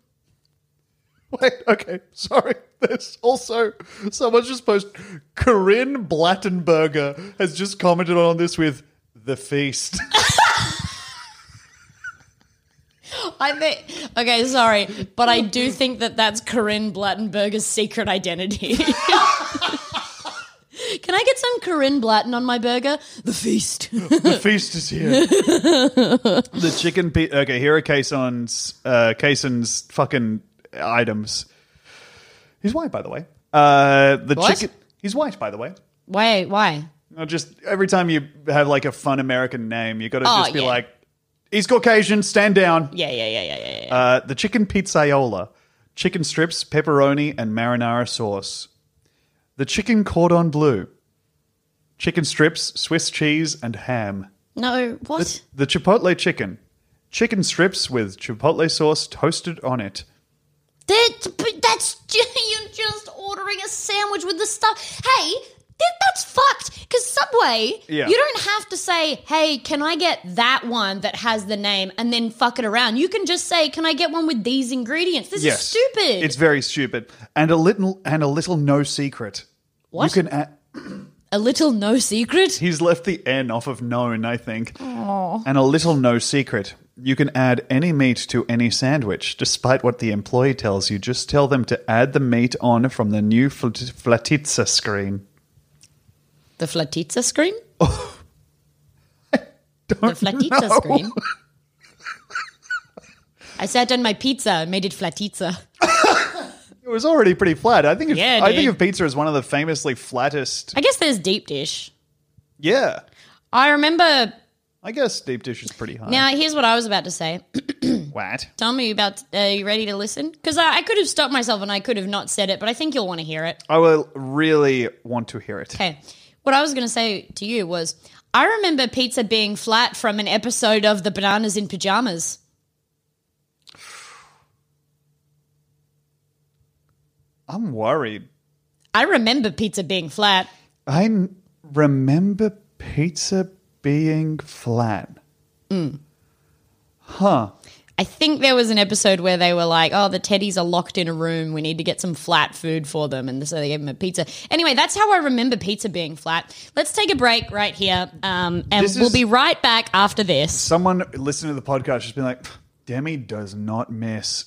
Speaker 4: Wait, okay, sorry. There's also someone's just posted. Corinne Blattenberger has just commented on this with the feast.
Speaker 5: I think okay, sorry, but I do think that that's Corinne Blattenberger's secret identity. Can Can I get some Corinne Blatton on my burger? The feast.
Speaker 4: The feast is here. the chicken. Pe- okay, here are Kason's uh, Kason's fucking items. He's white, by the way. Uh, the
Speaker 5: What?
Speaker 4: chicken. He's white, by the way.
Speaker 5: Why? Why?
Speaker 4: Not just every time you have like a fun American name, you got to
Speaker 5: Oh,
Speaker 4: just be
Speaker 5: yeah.
Speaker 4: like, "He's Caucasian. Stand down."
Speaker 5: Yeah, yeah, yeah, yeah, yeah, yeah.
Speaker 4: Uh, the chicken pizzaiola, chicken strips, pepperoni, and marinara sauce. The chicken cordon bleu, chicken strips, Swiss cheese, and ham.
Speaker 5: no, what?
Speaker 4: The chipotle chicken, chicken strips with chipotle sauce toasted on it.
Speaker 5: That, but that's ju- you're just ordering a sandwich with the stuff. Hey, that, that's fucked. Because Subway,
Speaker 4: Yeah.
Speaker 5: you don't have to say, "Hey, can I get that one that has the name?" and then fuck it around. You can just say, "Can I get one with these ingredients?" This is stupid.
Speaker 4: It's very stupid, and a little and a little no secret.
Speaker 5: What?
Speaker 4: You can. Add,
Speaker 5: a little no secret.
Speaker 4: He's left the N off of known, I think. And a little no secret. You can add any meat to any sandwich, despite what the employee tells you. Just tell them to add the meat on from the new fl- Flatitza screen.
Speaker 5: The flatizza scream.
Speaker 4: Don't
Speaker 5: The flatizza scream. I sat on my pizza and made it flatizza.
Speaker 4: It was already pretty flat. I think. Of,
Speaker 5: Yeah,
Speaker 4: I
Speaker 5: dude.
Speaker 4: think of pizza as one of the famously flattest.
Speaker 5: I guess there's deep dish.
Speaker 4: Yeah,
Speaker 5: I remember.
Speaker 4: I guess deep dish is pretty high.
Speaker 5: Now, here's what I was about to say.
Speaker 4: What?
Speaker 5: Tell me about. Are you ready to listen? Because I, I could have stopped myself and I could have not said it, but I think you'll want to hear it.
Speaker 4: I will really want to hear it.
Speaker 5: Okay. What I was going to say to you was, I remember pizza being flat from an episode of The Bananas in Pajamas.
Speaker 4: I'm worried.
Speaker 5: I remember pizza being flat.
Speaker 4: I n- remember pizza being flat. Huh.
Speaker 5: I think there was an episode where they were like, "Oh, the teddies are locked in a room. We need to get some flat food for them," and so they gave them a pizza. Anyway, that's how I remember pizza being flat. Let's take a break right here, um, and
Speaker 4: This
Speaker 5: we'll
Speaker 4: is-
Speaker 5: be right back after this.
Speaker 4: Someone listening to the podcast just been like, Demi does not miss.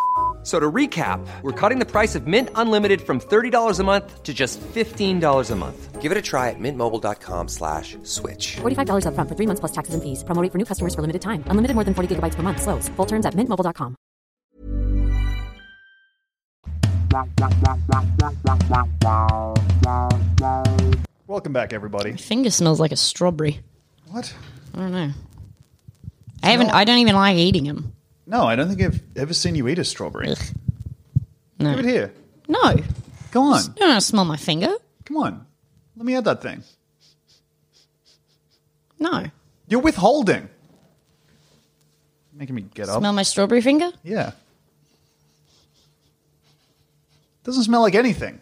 Speaker 3: a-" So to recap, we're cutting the price of Mint Unlimited from $30 a month to just $15 a month. Give it a try at mintmobile.com slash switch.
Speaker 6: $45 upfront for three months plus taxes and fees. Promo rate for new customers for limited time. Unlimited more than 40 gigabytes per month. Slows. Full terms at mintmobile.com.
Speaker 4: Welcome back, everybody.
Speaker 5: Finger smells like a strawberry.
Speaker 4: What?
Speaker 5: I don't know. I haven't. I don't even like eating them.
Speaker 4: No, I don't think I've ever seen you eat a strawberry.
Speaker 5: No.
Speaker 4: Give it here.
Speaker 5: No, you
Speaker 4: Come on.
Speaker 5: don't want to smell my finger.
Speaker 4: Come on. Let me add that thing.
Speaker 5: No,
Speaker 4: You're withholding. Making me get up.
Speaker 5: smell my strawberry finger.
Speaker 4: Yeah. Doesn't smell like anything.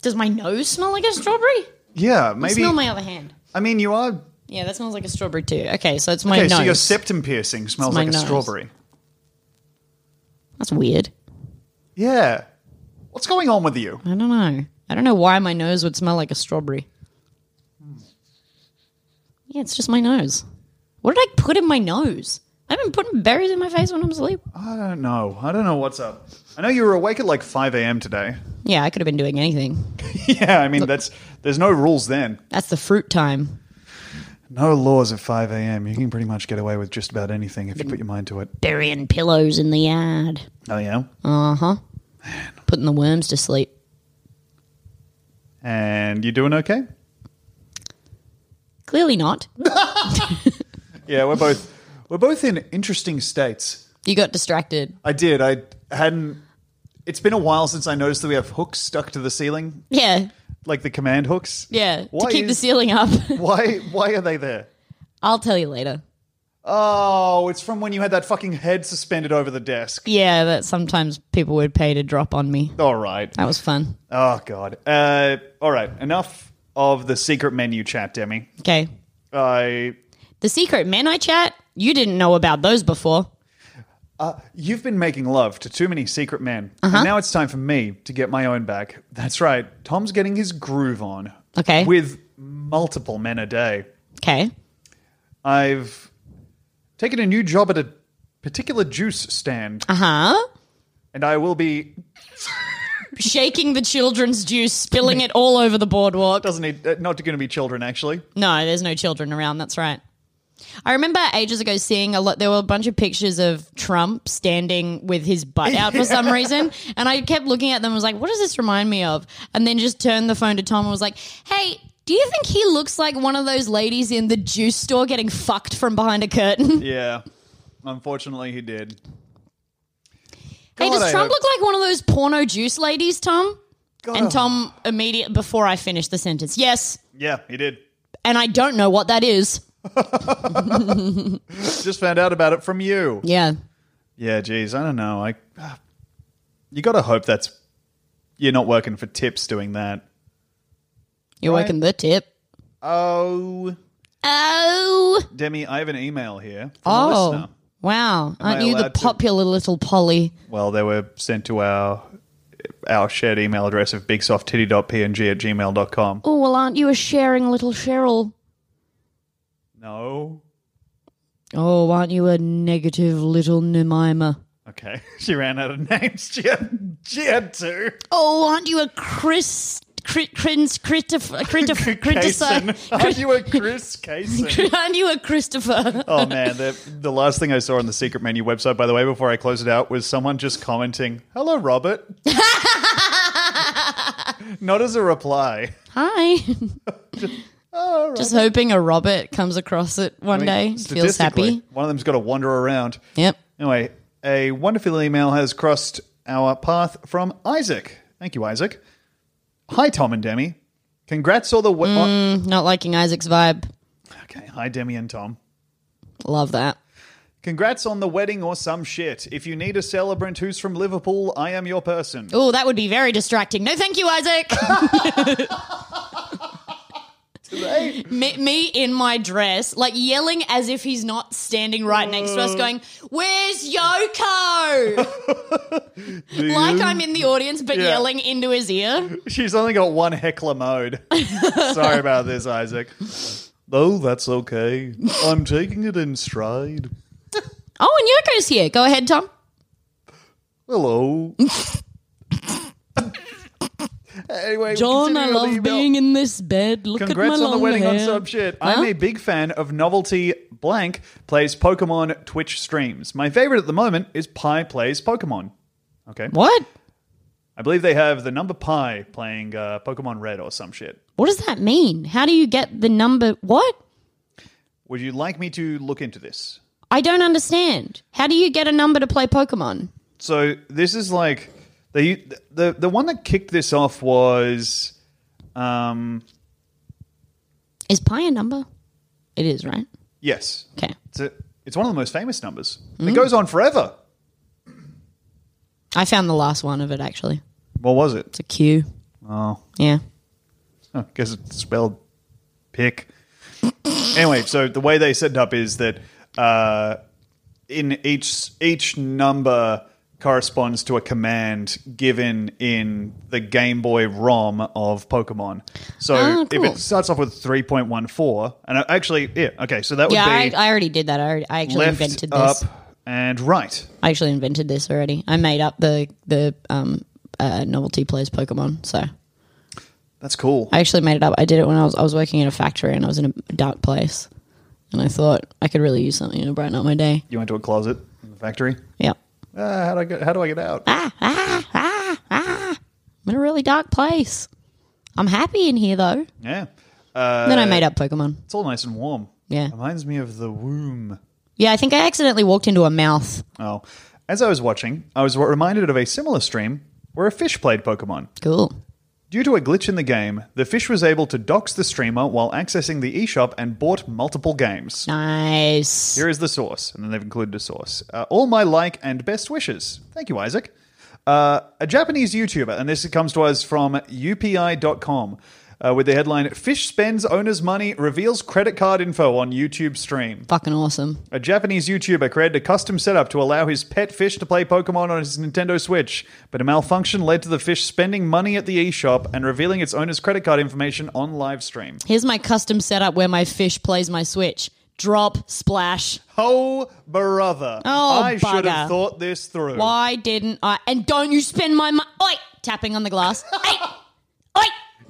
Speaker 5: Does my nose smell like a strawberry?
Speaker 4: Yeah, maybe.
Speaker 5: Smell my other hand.
Speaker 4: I mean, you are
Speaker 5: Yeah, that smells like a strawberry too. Okay, so it's my
Speaker 4: Okay,
Speaker 5: nose.
Speaker 4: so your septum piercing smells
Speaker 5: my
Speaker 4: like a
Speaker 5: nose.
Speaker 4: strawberry.
Speaker 5: That's weird.
Speaker 4: Yeah. What's going on with you?
Speaker 5: I don't know. I don't know why my nose would smell like a strawberry. Yeah, it's just my nose. What did I put in my nose? I've been putting berries in my face when I'm asleep.
Speaker 4: I don't know. I don't know what's up. I know you were awake at like 5 a.m. today.
Speaker 5: Yeah, I could have been doing anything.
Speaker 4: yeah, I mean, that's there's no rules then.
Speaker 5: That's the fruit time.
Speaker 4: No laws at 5 a.m. You can pretty much get away with just about anything if you put your mind to it.
Speaker 5: Burying pillows in the yard. Uh-huh.
Speaker 4: Oh, yeah?
Speaker 5: Putting the worms to sleep.
Speaker 4: And you doing okay?
Speaker 5: Clearly not.
Speaker 4: Yeah, we're both we're both in interesting states.
Speaker 5: You got distracted.
Speaker 4: I did. I hadn't. It's been a while since I noticed that we have hooks stuck to the ceiling,
Speaker 5: Yeah,
Speaker 4: like the command hooks.
Speaker 5: yeah.
Speaker 4: Why
Speaker 5: to keep the
Speaker 4: is-
Speaker 5: ceiling up.
Speaker 4: Why? Why are they there?
Speaker 5: I'll tell you later.
Speaker 4: Oh, it's from when you had that fucking head suspended over the desk.
Speaker 5: Yeah, that sometimes people would pay to drop on me.
Speaker 4: All right.
Speaker 5: That was fun.
Speaker 4: Oh god. Uh, all right. Enough of the secret menu chat, Demi.
Speaker 5: Okay.
Speaker 4: I
Speaker 5: The secret men I chat You didn't know about those before.
Speaker 4: You've been making love to too many secret men,
Speaker 5: Uh-huh.
Speaker 4: and now it's time for me to get my own back. That's right, Tom's getting his groove on.
Speaker 5: Okay.
Speaker 4: With multiple men a day.
Speaker 5: Okay.
Speaker 4: I've taken a new job at a particular juice stand,
Speaker 5: Uh huh.
Speaker 4: and I will be.
Speaker 5: Shaking the children's juice, spilling it all over the boardwalk.
Speaker 4: Doesn't need. uh, Not going to be children, actually.
Speaker 5: No, there's no children around. That's right. I remember ages ago seeing a lot. There were a bunch of pictures of Trump standing with his butt out for some reason, and I kept looking at them. and Was like, what does this remind me of? And then just turned the phone to Tom and was like, hey. Do you think he looks like one of those ladies in the juice store getting fucked from behind a curtain?
Speaker 4: Yeah. Unfortunately, he did.
Speaker 5: hey,
Speaker 4: God,
Speaker 5: does
Speaker 4: I hope-
Speaker 5: Trump look like one of those porno juice ladies, Tom?
Speaker 4: I-
Speaker 5: And Tom immediate before I finished the sentence. Yes,
Speaker 4: Yeah, he did.
Speaker 5: and I don't know what that is.
Speaker 4: Just found out about it from you.
Speaker 5: Yeah.
Speaker 4: Yeah, geez, I don't know. I you got to hope that's you're not working for tips doing that.
Speaker 5: You're working the tip.
Speaker 4: Oh,
Speaker 5: Oh.
Speaker 4: Demi, I have an email here from a
Speaker 5: Oh.
Speaker 4: listener.
Speaker 5: Wow. Aren't
Speaker 4: I
Speaker 5: you the
Speaker 4: allowed to-
Speaker 5: popular little Polly?
Speaker 4: Well, they were sent to our our shared email address of bigsofttitty.png at gmail.com.
Speaker 5: Oh, well, aren't you a sharing little Cheryl?
Speaker 4: No.
Speaker 5: Oh, aren't you a negative little Nemima?
Speaker 4: Okay. She ran out of names. She had, she had two.
Speaker 5: Oh, aren't you a Chris. Crit, crins, Christopher, Christopher,
Speaker 4: Kaysen.
Speaker 5: Christopher,
Speaker 4: Aren't Oh, you a Chris Kaysen?
Speaker 5: aren't you a Christopher?
Speaker 4: Oh man, the, the last thing I saw on the secret menu website, by the way, before I close it out, was someone just commenting, "Hello, Robert." Not as a reply.
Speaker 5: Hi. Just hoping a Robert comes across it one
Speaker 4: I mean,
Speaker 5: day, feels
Speaker 4: statistically,
Speaker 5: happy.
Speaker 4: One of them's got to wander around.
Speaker 5: Yep.
Speaker 4: Anyway, a wonderful email has crossed our path from Isaac. Thank you, Isaac. Hi, Tom and Demi. Congrats all the way.
Speaker 1: Mm.
Speaker 5: Not liking Isaac's vibe.
Speaker 4: okay, hi, Demi and Tom.
Speaker 5: Love that.
Speaker 4: Congrats on the wedding or some shit. If you need a celebrant who's from Liverpool, I am your person.
Speaker 5: Oh, that would be very distracting. No, thank you, Isaac. me, me in my dress, like yelling as if he's not standing right next to
Speaker 4: Uh.
Speaker 5: us, going, Where's Yoko? like I'm in the audience, but
Speaker 4: Yeah.
Speaker 5: yelling into his ear.
Speaker 4: She's only got one heckler mode. Sorry about this, Isaac. Oh, that's okay. I'm taking it in stride.
Speaker 5: Oh, and Yoko's here. Go ahead, Tom.
Speaker 4: Hello. anyway,
Speaker 1: John, I
Speaker 4: continuing on the
Speaker 1: love
Speaker 4: email.
Speaker 1: being in this bed. Look at
Speaker 4: Congrats
Speaker 1: my
Speaker 4: on the
Speaker 1: long
Speaker 4: wedding on
Speaker 1: hair.
Speaker 4: some shit. I'm a big fan of novelty blank plays Pokemon Twitch streams. My favorite at the moment is Pi plays Pokemon. Okay.
Speaker 5: What?
Speaker 4: I believe they have the number Pi playing uh, Pokemon Red or some shit.
Speaker 5: What does that mean? How do you get the number? What?
Speaker 4: Would you like me to look into this?
Speaker 5: I don't understand. How do you get a number to play Pokemon?
Speaker 4: So this is like the the the one that kicked this off was um
Speaker 5: Is Pi a number? It is, right?
Speaker 4: yes.
Speaker 5: Okay.
Speaker 4: It's a, it's one of the most famous numbers.
Speaker 1: Hmm?
Speaker 4: It goes on forever.
Speaker 5: I found the last one of it actually.
Speaker 4: What was it?
Speaker 5: It's a Q.
Speaker 4: Oh,
Speaker 5: Yeah.
Speaker 4: because it's spelled pick. anyway, so the way they set it up is that uh, in each each number corresponds to a command given in the Game Boy ROM of Pokemon. So
Speaker 5: Ah, cool.
Speaker 4: if it starts off with three point one four, and I- actually, yeah, okay, so that would
Speaker 5: Yeah, I,
Speaker 4: be
Speaker 5: I already did that. I, already, I actually
Speaker 4: left,
Speaker 5: invented this.
Speaker 4: up, and right.
Speaker 5: I actually invented this already. I made up the the um, uh, novelty plays Pokemon. So
Speaker 4: That's cool.
Speaker 5: I actually made it up. I did it when I was I was working in a factory and I was in a dark place, and I thought I could really use something to brighten up my day.
Speaker 4: you went to a closet in the factory.
Speaker 5: Yep.
Speaker 4: Uh, how do I get? How do I get out?
Speaker 5: Ah. I'm in a really dark place. I'm happy in here though.
Speaker 4: Yeah,
Speaker 5: then I made up Pokemon.
Speaker 4: it's all nice and warm.
Speaker 5: Yeah.
Speaker 4: reminds me of the womb.
Speaker 5: Yeah, I think I accidentally walked into a mouth.
Speaker 4: Oh, as I was watching, I was reminded of a similar stream where a fish played Pokemon.
Speaker 5: Cool.
Speaker 4: Due to a glitch in the game, the fish was able to dox the streamer while accessing the eShop and bought multiple games.
Speaker 5: Nice.
Speaker 4: Here is the source, and then they've included a source. Uh, all my like and best wishes. Thank you, Isaac. Uh, a Japanese YouTuber, and this comes to us from upi.com. uh, with the headline Fish spends owner's money, reveals credit card info on YouTube stream.
Speaker 5: Fucking awesome.
Speaker 4: A Japanese YouTuber created a custom setup to allow his pet fish to play Pokemon on his Nintendo Switch, but a malfunction led to the fish spending money at the eShop and revealing its owner's credit card information on live stream.
Speaker 5: Here's my custom setup where my fish plays my Switch. Drop, splash.
Speaker 4: Oh, brother.
Speaker 5: Oh,
Speaker 4: I should
Speaker 5: bugger.
Speaker 4: have thought this through.
Speaker 5: Why didn't I? And don't you spend my money. Oi! Tapping on the glass. Oi! Oi!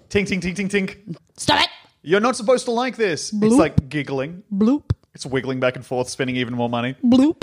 Speaker 4: Tink, tink, tink, tink, tink.
Speaker 5: Stop it!
Speaker 4: You're not supposed to like this. It's like giggling.
Speaker 5: Bloop,
Speaker 4: It's wiggling back and forth, spending even more money.
Speaker 5: bloop.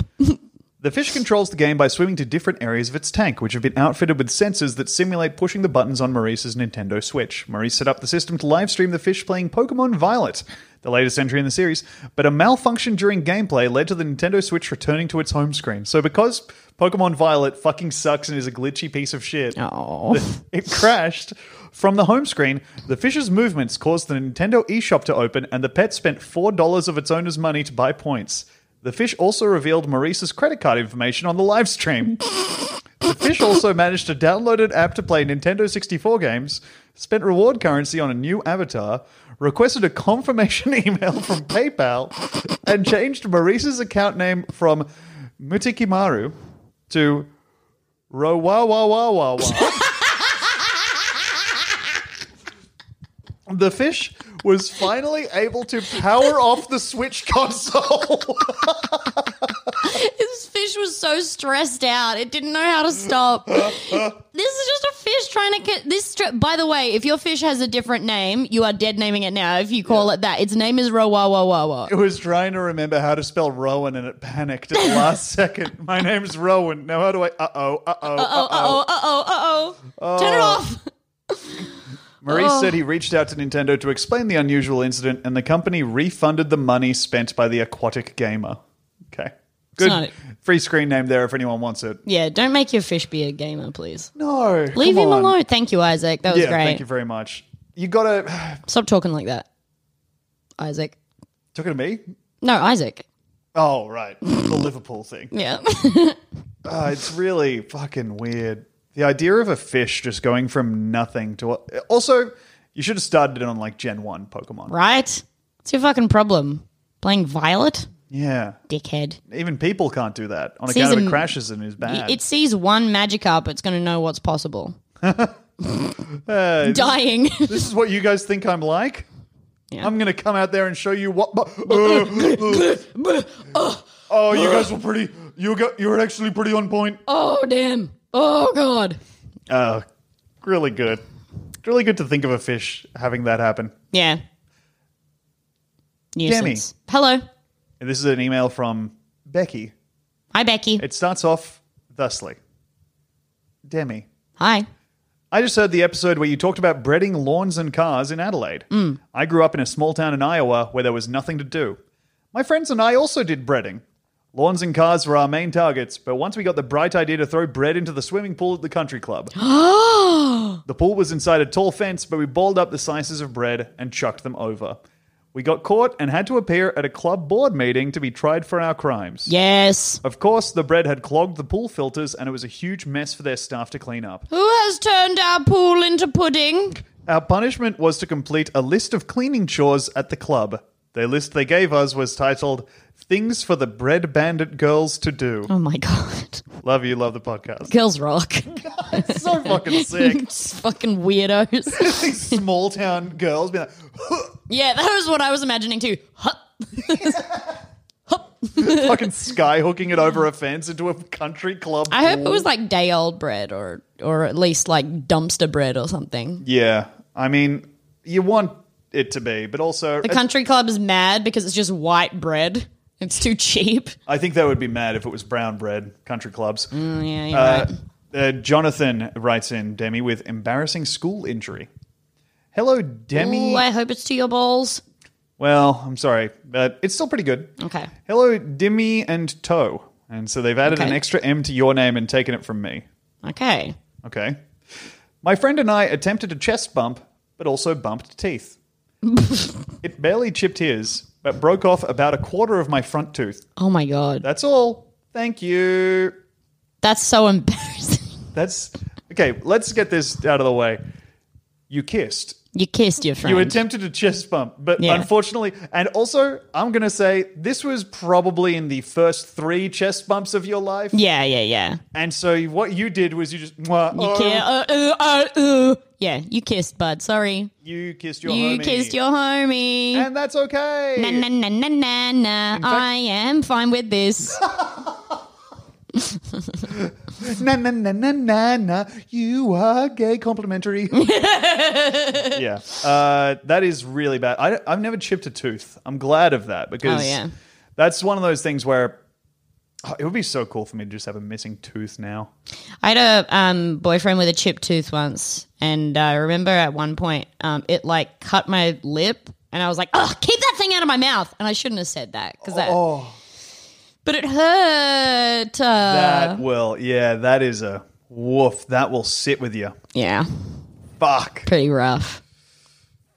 Speaker 4: The fish controls the game by swimming to different areas of its tank, which have been outfitted with sensors that simulate pushing the buttons on Maurice's Nintendo Switch. Maurice set up the system to livestream the fish playing Pokemon Violet, the latest entry in the series, but a malfunction during gameplay led to the Nintendo Switch returning to its home screen. So, because Pokemon Violet fucking sucks and is a glitchy piece of shit, it crashed from the home screen. The fish's movements caused the Nintendo eShop to open, and the pet spent $4 of its owner's money to buy points. The fish also revealed Maurice's credit card information on the live stream. the fish also managed to download an app to play Nintendo 64 games, spent reward currency on a new avatar, requested a confirmation email from PayPal, and changed Maurice's account name from Mutikimaru to Rowawawawawa. The fish was finally able to power off the Switch console.
Speaker 5: This fish was so stressed out. It didn't know how to stop. this is just a fish trying to get this. Stri- By the way, if your fish has a different name, you are dead naming it now. If you call it that, its name is Rowawawawa.
Speaker 4: it was trying to remember how to spell Rowan and it panicked at the last second. My name's Rowan. Now how do I uh oh, uh oh, uh oh.
Speaker 5: Oh, uh oh, uh oh. Turn it off.
Speaker 4: Maurice
Speaker 5: Oh.
Speaker 4: said he reached out to Nintendo to explain the unusual incident and the company refunded the money spent by the aquatic gamer. Okay. Good
Speaker 5: not-
Speaker 4: free screen name there if anyone wants it.
Speaker 5: Yeah, don't make your fish be a gamer, please.
Speaker 4: No.
Speaker 5: Leave
Speaker 4: come
Speaker 5: him
Speaker 4: on.
Speaker 5: alone. Thank you, Isaac. That was
Speaker 4: Yeah,
Speaker 5: great.
Speaker 4: thank you very much. You gotta
Speaker 5: Stop talking like that, Isaac.
Speaker 4: took it to me?
Speaker 5: No, Isaac.
Speaker 4: Oh right. The Liverpool thing.
Speaker 5: Yeah.
Speaker 4: Uh, it's really fucking weird. The idea of a fish just going from nothing to also, you should have started it on like Gen One Pokemon.
Speaker 5: right? What's your fucking problem? Playing Violet?
Speaker 4: Yeah,
Speaker 5: Dickhead.
Speaker 4: even people can't do that on
Speaker 5: Season-
Speaker 4: account of it crashes and is bad.
Speaker 5: It sees one Magikarp, it's going to know what's possible. Dying.
Speaker 4: this is what you guys think I'm like.
Speaker 5: Yeah.
Speaker 4: I'm gonna come out there and show you what.
Speaker 5: uh,
Speaker 4: oh, you guys were pretty. You got. You were actually pretty on point.
Speaker 5: oh, damn. Oh, God.
Speaker 4: Uh, really good. It's really good to think of a fish having that happen.
Speaker 5: Yeah. Nuisance. Hello.
Speaker 4: And this is an email from Becky.
Speaker 5: Hi, Becky.
Speaker 4: It starts off thusly Demi.
Speaker 5: Hi.
Speaker 4: I just heard the episode where you talked about breading lawns and cars in Adelaide. I grew up in a small town in Iowa where there was nothing to do. My friends and I also did breading. Lawns and cars were our main targets, but once we got the bright idea to throw bread into the swimming pool at the country club. the pool was inside a tall fence, but we balled up the slices of bread and chucked them over. We got caught and had to appear at a club board meeting to be tried for our crimes.
Speaker 5: Yes.
Speaker 4: Of course, the bread had clogged the pool filters and it was a huge mess for their staff to clean up.
Speaker 5: Who has turned our pool into pudding?
Speaker 4: Our punishment was to complete a list of cleaning chores at the club. The list they gave us was titled Things for the Bread Bandit Girls to Do.
Speaker 5: Oh, my God.
Speaker 4: Love you, love the podcast.
Speaker 5: Girls rock.
Speaker 4: so fucking sick.
Speaker 5: Just fucking weirdos.
Speaker 4: These small town girls being like,
Speaker 5: yeah, that was what I was imagining too. Huh.
Speaker 4: fucking skyhooking it over a fence into a country club.
Speaker 5: I hope
Speaker 4: pool.
Speaker 5: it was like day old bread or or at least like dumpster bread or something.
Speaker 4: Yeah. I mean, you want it to be, but also.
Speaker 5: The country club is mad because it's just white bread. It's too cheap.
Speaker 4: I think they would be mad if it was brown bread, country clubs.
Speaker 5: Mm, Yeah, you're
Speaker 4: Uh,
Speaker 5: right.
Speaker 4: uh, Jonathan writes in Demi with embarrassing school injury. Hello, Demi.
Speaker 5: Ooh, I hope it's to your balls.
Speaker 4: well, I'm sorry, but it's still pretty good.
Speaker 5: Okay.
Speaker 4: Hello, Demi and Toe. And so they've added
Speaker 5: Okay.
Speaker 4: an extra M to your name and taken it from me.
Speaker 5: Okay.
Speaker 4: Okay. My friend and I attempted a chest bump, but also bumped teeth. it barely chipped his, but broke off about a quarter of my front tooth.
Speaker 5: Oh my god.
Speaker 4: That's all. Thank you.
Speaker 5: That's so embarrassing.
Speaker 4: That's okay. Let's get this out of the way. You kissed.
Speaker 5: You kissed your friend.
Speaker 4: You attempted a chest bump, but
Speaker 5: Yeah.
Speaker 4: unfortunately, and also, I'm going to say this was probably in the first three chest bumps of your life.
Speaker 5: yeah, yeah, yeah.
Speaker 4: And so what you did was you just, mwah,
Speaker 5: You
Speaker 4: oh,
Speaker 5: ki- uh, uh, uh, uh. Yeah, you kissed Bud. Sorry.
Speaker 4: you kissed your
Speaker 5: you
Speaker 4: homie.
Speaker 5: kissed your homie.
Speaker 4: And that's okay.
Speaker 5: na na na na na na. I am fine with this.
Speaker 4: na na na na na na. You are gay complimentary. yeah, uh, that is really bad. I, I've never chipped a tooth. I'm glad of that because
Speaker 5: Oh, yeah.
Speaker 4: that's one of those things where oh, it would be so cool for me to just have a missing tooth now.
Speaker 5: I had a um, boyfriend with a chipped tooth once, and I remember at one point um, it like cut my lip, and I was like, "Oh, keep that thing out of my mouth!" And I shouldn't have said that because that.
Speaker 4: Oh.
Speaker 5: But it hurt. Uh,
Speaker 4: That will, yeah, that is a woof. That will sit with you.
Speaker 5: yeah,
Speaker 4: Fuck.
Speaker 5: pretty rough.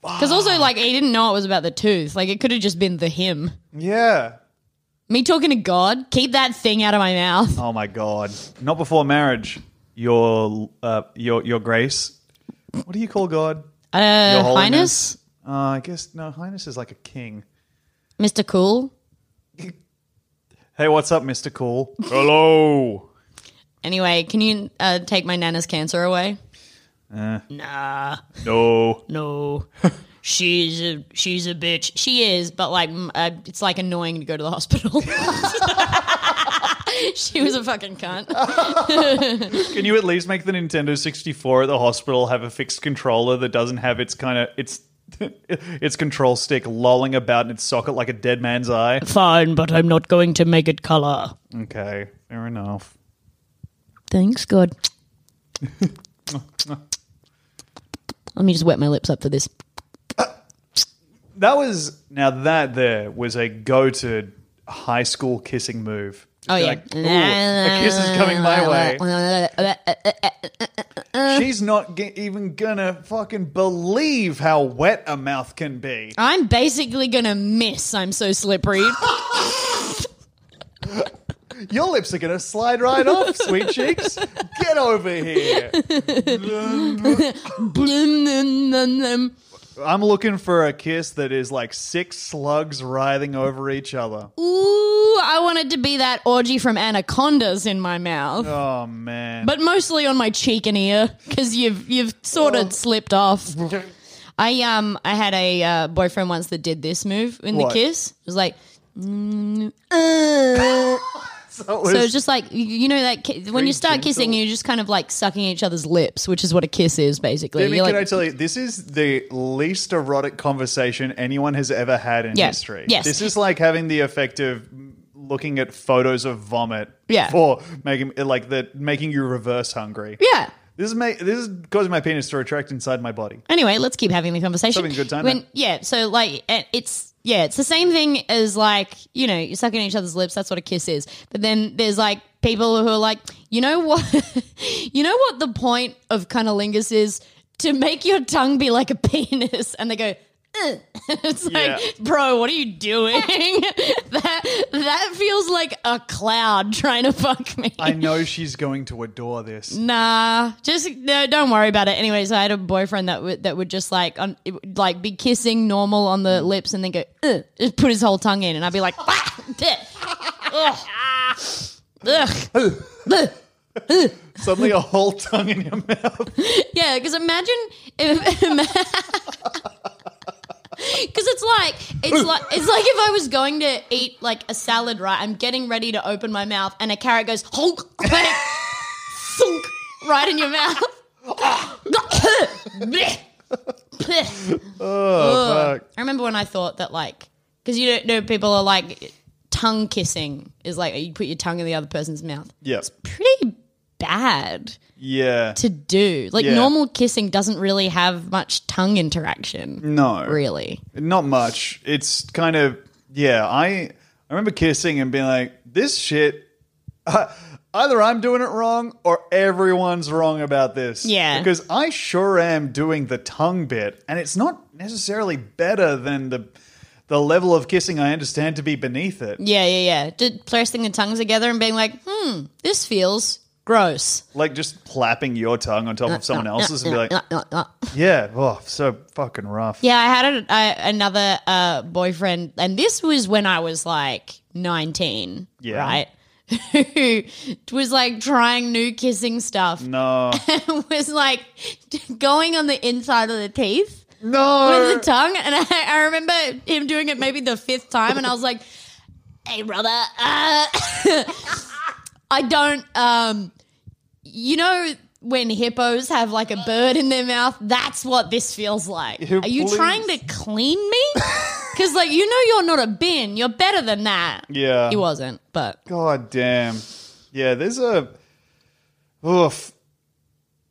Speaker 5: Because also, like, he didn't know it was about the tooth. Like, it could have just been the him.
Speaker 4: Yeah.
Speaker 5: Me talking to God, keep that thing out of my mouth.
Speaker 4: Oh my god. Not before marriage. Your uh, your your grace. What do you call God?
Speaker 5: Uh,
Speaker 4: Your
Speaker 5: Highness,
Speaker 4: Uh, I guess no. Highness is like a king.
Speaker 5: Mr. Cool.
Speaker 4: Hey, what's up, Mister Cool? Hello.
Speaker 5: Anyway, can you uh, take my nana's cancer away?
Speaker 4: No.
Speaker 5: no she's a she's a bitch she is but like m- uh, it's like annoying to go to the hospital she was a fucking cunt
Speaker 4: Can you at least make the Nintendo sixty four at the hospital have a fixed controller that doesn't have its kind of its its control stick lolling about in its socket like a dead man's eye?
Speaker 1: Fine, but I'm not going to make it color.
Speaker 4: Okay, fair enough.
Speaker 5: thanks god let me just wet my lips up for this
Speaker 4: That was now that there was a goated high school kissing move.
Speaker 5: oh yeah
Speaker 4: Like, ooh, a kiss is coming my way. She's not g- even gonna fucking believe how wet a mouth can be.
Speaker 5: i'm basically gonna miss i'm so slippery
Speaker 4: Your lips are gonna slide right off, sweet cheeks. Get over here.
Speaker 5: Blum, num, num, num.
Speaker 4: I'm looking for a kiss that is like six slugs writhing over each other.
Speaker 5: ooh i wanted to be that orgy from anacondas in my mouth
Speaker 4: Oh man.
Speaker 5: but mostly on my cheek and ear because you've you've sort of slipped off. I um I had a uh, boyfriend once that did this move in
Speaker 4: What?
Speaker 5: the kiss. It was like. mm, uh.
Speaker 4: so it
Speaker 5: so it's
Speaker 4: was-
Speaker 5: just like you- you know that ki- when you start kissing,
Speaker 4: gentle.
Speaker 5: you're just kind of like sucking each other's lips, which is what a kiss is basically.
Speaker 4: Demi,
Speaker 5: You're
Speaker 4: can I
Speaker 5: like,
Speaker 4: tell you, this is the least erotic conversation anyone has ever had in
Speaker 5: Yeah.
Speaker 4: history.
Speaker 5: Yes.
Speaker 4: This is like having the effect of looking at photos of vomit
Speaker 5: Yeah.
Speaker 4: for making like the making you reverse hungry.
Speaker 5: yeah.
Speaker 4: This is ma- this is causing my penis to retract inside my body.
Speaker 5: Anyway, let's keep having the conversation.
Speaker 4: Having a good time now.
Speaker 5: yeah, so like it- it's yeah, it's the same thing as like you know you're sucking each other's lips. That's what a kiss is. But then there's like people who are like, you know what, you know what the point of cunnilingus is to make your tongue be like a penis, and they go. "Ugh." it's like,
Speaker 4: Yeah.
Speaker 5: bro, what are you doing? that that feels like a cloud trying to fuck me.
Speaker 4: I know she's going to adore this.
Speaker 5: Nah, just no. Don't worry about it. Anyways, I had a boyfriend that would that would just like on it would, like be kissing normal on the lips and then go Ugh, just put his whole tongue in, and I'd be like, ah, ugh, ugh.
Speaker 4: Suddenly, a whole tongue in your mouth.
Speaker 5: yeah. Because imagine if. Because it's like it's like it's like if I was going to eat like a salad, right? I'm getting ready to open my mouth, and a carrot goes honk, like, thunk, right in your mouth. Blech. Blech.
Speaker 4: Oh, fuck.
Speaker 5: I remember when I thought that like because you don't know people are like tongue kissing is like you put your tongue in the other person's mouth.
Speaker 4: Yeah.
Speaker 5: Pretty bad
Speaker 4: Yeah.
Speaker 5: to do. Like
Speaker 4: Yeah.
Speaker 5: normal kissing doesn't really have much tongue interaction.
Speaker 4: No.
Speaker 5: Really.
Speaker 4: Not much. It's kind of yeah. I I remember kissing and being like, this shit. either I'm doing it wrong or everyone's wrong about this.
Speaker 5: Yeah.
Speaker 4: because I sure am doing the tongue bit, and it's not necessarily better than the the level of kissing I understand to be beneath it.
Speaker 5: Yeah, yeah, yeah. Did pressing the tongues together and being like, hmm, this feels Gross.
Speaker 4: Like just plapping your tongue on top
Speaker 5: Uh,
Speaker 4: of someone else's and be like, yeah, oh, so fucking rough.
Speaker 5: Yeah, I had a, a, another uh, boyfriend, and this was when I was like 19,
Speaker 4: Yeah.
Speaker 5: right? Who was like trying new kissing stuff
Speaker 4: No, Mm.
Speaker 5: and was like going on the inside of the teeth with
Speaker 4: no.
Speaker 5: the tongue. And I, I remember him doing it maybe the fifth time, and I was like, hey, brother, uh, I don't, um, you know. When hippos have like a bird in their mouth, that's what this feels like.
Speaker 4: Ew,
Speaker 5: Are you
Speaker 4: please.
Speaker 5: trying to clean me? Because, like, you know, you're not a bin. You're better than that.
Speaker 4: Yeah.
Speaker 5: He wasn't, but
Speaker 4: God damn. Yeah, there's a. Oof.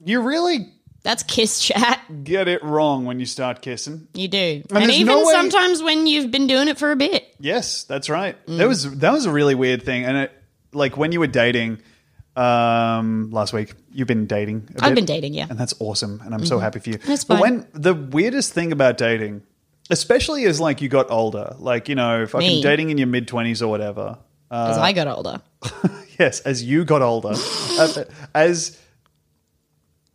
Speaker 4: You really
Speaker 5: that's kiss chat.
Speaker 4: get it wrong when you start kissing.
Speaker 5: You do. And,
Speaker 4: there's
Speaker 5: even
Speaker 4: no way-
Speaker 5: sometimes when you've been doing it for a bit.
Speaker 4: Yes, that's right.
Speaker 5: Mm.
Speaker 4: That was that was a really weird thing, and it, like when you were dating um last week, you've been dating. i
Speaker 5: I've been dating, yeah.
Speaker 4: and that's awesome, and I'm so happy for you.
Speaker 5: That's
Speaker 4: But
Speaker 5: fine.
Speaker 4: when the weirdest thing about dating, especially as like you got older, like you know, fucking
Speaker 5: Me.
Speaker 4: dating in your mid twenties or whatever.
Speaker 5: As I got older.
Speaker 4: Yes, as you got older, uh, as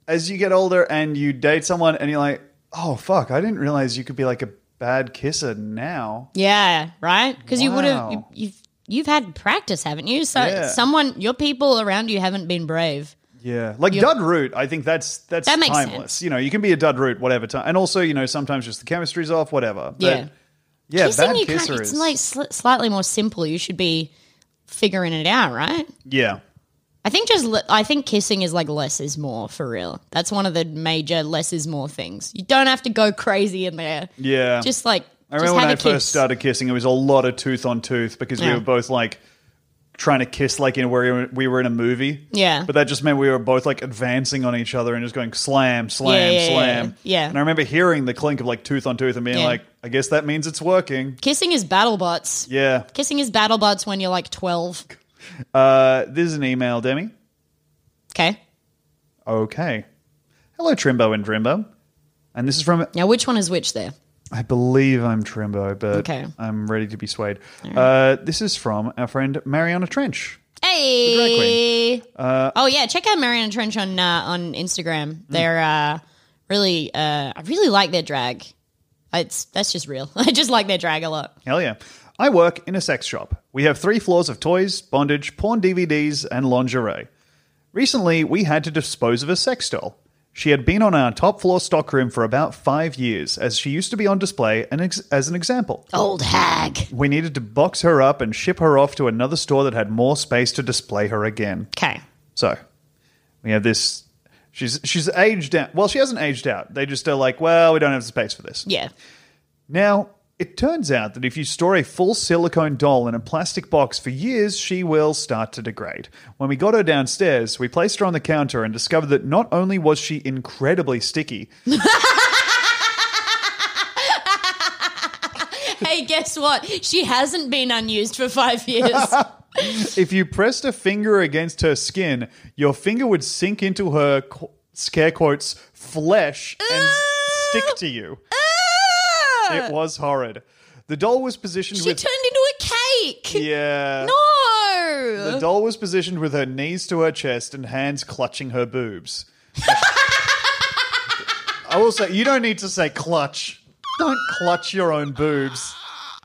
Speaker 4: as you get older and you date someone, and you're like, oh fuck, I didn't realize you could be like a bad kisser now.
Speaker 5: Yeah, right? Because you would have you,
Speaker 4: Wow.
Speaker 5: you've you've had practice, haven't you? So
Speaker 4: Yeah.
Speaker 5: someone your people around you haven't been brave.
Speaker 4: Yeah, like dud root. I think that's that's
Speaker 5: That makes
Speaker 4: timeless.
Speaker 5: sense.
Speaker 4: You know, you can be a dud root whatever time, and also you know sometimes just the chemistry's off, whatever. But
Speaker 5: Yeah.
Speaker 4: yeah,
Speaker 5: Kissing
Speaker 4: bad
Speaker 5: you can't
Speaker 4: kisser
Speaker 5: it's
Speaker 4: is
Speaker 5: like sl- slightly more simple. You should be figuring it out, right?
Speaker 4: yeah,
Speaker 5: I think just le- I think kissing is like less is more for real. That's one of the major less is more things. You don't have to go crazy in there.
Speaker 4: yeah.
Speaker 5: Just like
Speaker 4: I
Speaker 5: just
Speaker 4: remember when
Speaker 5: have
Speaker 4: I
Speaker 5: a kiss.
Speaker 4: first started kissing, it was a lot of tooth on tooth because we
Speaker 5: Yeah.
Speaker 4: were both like trying to kiss like in where we were- we were in a movie.
Speaker 5: Yeah.
Speaker 4: but that just meant we were both like advancing on each other and just going slam, slam,
Speaker 5: Yeah, yeah,
Speaker 4: slam.
Speaker 5: yeah. Yeah.
Speaker 4: and I remember hearing the clink of like tooth on tooth and being
Speaker 5: Yeah.
Speaker 4: like, I guess that means it's working.
Speaker 5: Kissing is battle bots.
Speaker 4: Yeah.
Speaker 5: Kissing is battle bots when you're like 12.
Speaker 4: Uh, this is an email, Demi.
Speaker 5: Okay.
Speaker 4: Okay. Hello, Trimbo and Drimbo. And this is from,
Speaker 5: Now, which one is which there?
Speaker 4: I believe I'm Trimbo, but
Speaker 5: Okay.
Speaker 4: I'm ready to be swayed. Uh, this is from our friend Mariana Trench. drag
Speaker 5: Hey.
Speaker 4: queen.
Speaker 5: oh yeah, check out Marion Trench on uh, on
Speaker 4: Mm.
Speaker 5: Instagram. They're uh, really uh, I really like their drag. It's that's just real. I just like their drag a lot.
Speaker 4: Hell yeah. I work in a sex shop. We have three floors of toys, bondage, porn DVDs, and lingerie. Recently, we had to dispose of a sex doll. She had been on our top floor stockroom for about five years, as she used to be on display and ex- as an example.
Speaker 5: Old hag.
Speaker 4: We needed to box her up and ship her off to another store that had more space to display her again.
Speaker 5: Okay.
Speaker 4: So we have this. She's she's aged out. Well, she hasn't aged out. They just are like, well, we don't have the space for this.
Speaker 5: Yeah.
Speaker 4: Now it turns out that if you store a full silicone doll in a plastic box for years, she will start to degrade. When we got her downstairs, we placed her on the counter and discovered that not only was she incredibly sticky,
Speaker 5: Hey, guess what? She hasn't been unused for five years.
Speaker 4: if you pressed a finger against her skin, your finger would sink into her qu- scare quotes flesh and s- stick to you. It was horrid. The doll was positioned
Speaker 5: Ah! she
Speaker 4: with
Speaker 5: turned into a cake.
Speaker 4: yeah.
Speaker 5: No.
Speaker 4: The doll was positioned with her knees to her chest and hands clutching her boobs. I will say you don't need to say clutch. Don't clutch your own boobs.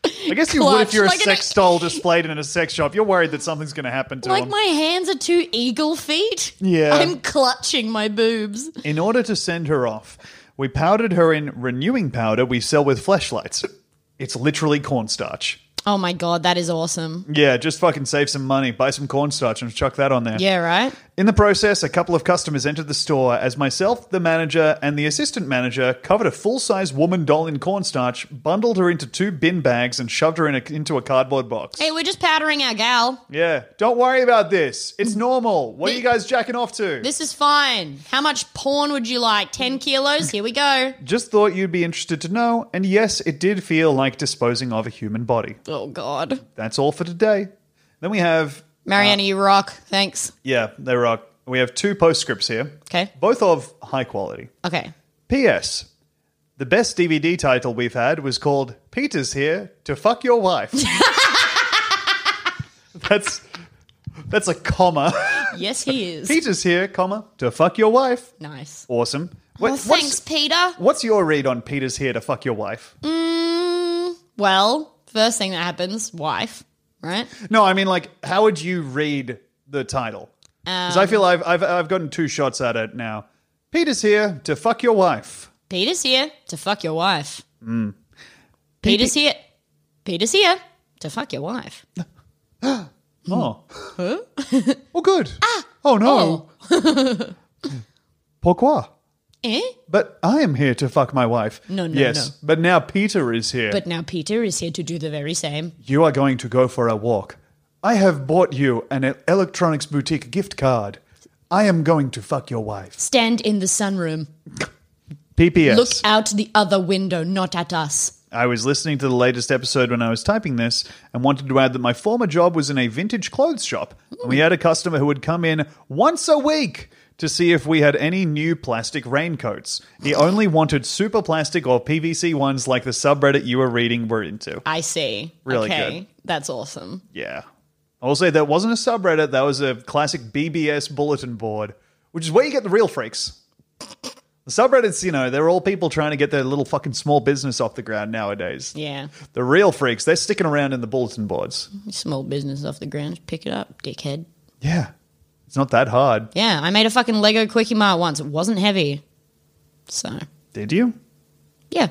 Speaker 4: I guess you would
Speaker 5: Clutch,
Speaker 4: if you're a
Speaker 5: like an-
Speaker 4: sex doll displayed in a sex shop. You're worried that something's going to happen to
Speaker 5: like
Speaker 4: them.
Speaker 5: my hands are two eagle feet.
Speaker 4: Yeah.
Speaker 5: I'm clutching my boobs.
Speaker 4: In order to send her off, we powdered her in renewing powder we sell with flashlights. It's literally cornstarch.
Speaker 5: Oh my god, that is awesome.
Speaker 4: Yeah, just fucking save some money, buy some cornstarch and chuck that on there.
Speaker 5: Yeah, right?
Speaker 4: In the process, a couple of customers entered the store as myself, the manager, and the assistant manager covered a full size woman doll in cornstarch, bundled her into two bin bags, and shoved her in a, into a cardboard box.
Speaker 5: Hey, we're just powdering our gal.
Speaker 4: Yeah, don't worry about this. It's normal. What are you guys jacking off to?
Speaker 5: This is fine. How much porn would you like? 10 kilos? Here we go.
Speaker 4: Just thought you'd be interested to know, and yes, it did feel like disposing of a human body.
Speaker 5: Oh, God.
Speaker 4: That's all for today. Then we have,
Speaker 5: Mariana, you rock. Thanks.
Speaker 4: yeah, there are, we have two postscripts here,
Speaker 5: Okay.
Speaker 4: both of high quality.
Speaker 5: Okay.
Speaker 4: P.S. The best DVD title we've had was called Peter's Here to Fuck Your Wife. that's that's a comma.
Speaker 5: Yes, he is.
Speaker 4: Peter's here, comma, to fuck your wife.
Speaker 5: nice.
Speaker 4: Awesome. What,
Speaker 5: well, thanks,
Speaker 4: what's,
Speaker 5: Peter.
Speaker 4: what's your read on Peter's here to fuck your wife?
Speaker 5: Mm, well, first thing that happens, wife, right?
Speaker 4: No, I mean, like, how would you read the title?
Speaker 5: Uh,
Speaker 4: Because I feel I've, I've, I've gotten two shots at it now. Peter's here to fuck your wife.
Speaker 5: Peter's here to fuck your wife. Peter's here. Peter's here to fuck your wife.
Speaker 4: Oh. oh, good. oh, no. Pourquoi?
Speaker 5: Eh?
Speaker 4: But I am here to fuck my wife.
Speaker 5: No, no,
Speaker 4: Yes,
Speaker 5: no.
Speaker 4: but now Peter is here.
Speaker 5: But now Peter is here to do the very same.
Speaker 4: you are going to go for a walk. I have bought you an e- electronics boutique gift card. I am going to fuck your wife.
Speaker 5: Stand in the sunroom.
Speaker 4: PPS.
Speaker 5: Look out the other window, not at us.
Speaker 4: I was listening to the latest episode when I was typing this and wanted to add that my former job was in a vintage clothes shop. And we had a customer who would come in once a week to see if we had any new plastic raincoats. He only wanted super plastic or PVC ones like the subreddit you were reading were into.
Speaker 5: I see.
Speaker 4: Really
Speaker 5: okay.
Speaker 4: good.
Speaker 5: That's awesome.
Speaker 4: Yeah. I will say that wasn't a subreddit, that was a classic BBS bulletin board, which is where you get the real freaks. The subreddits, you know, they're all people trying to get their little fucking small business off the ground nowadays.
Speaker 5: Yeah.
Speaker 4: The real freaks, they're sticking around in the bulletin boards.
Speaker 5: Small business off the ground. Pick it up, dickhead.
Speaker 4: Yeah. It's not that hard.
Speaker 5: Yeah, I made a fucking Lego Quickie Mart once. It wasn't heavy. So,
Speaker 4: Did you?
Speaker 5: yeah.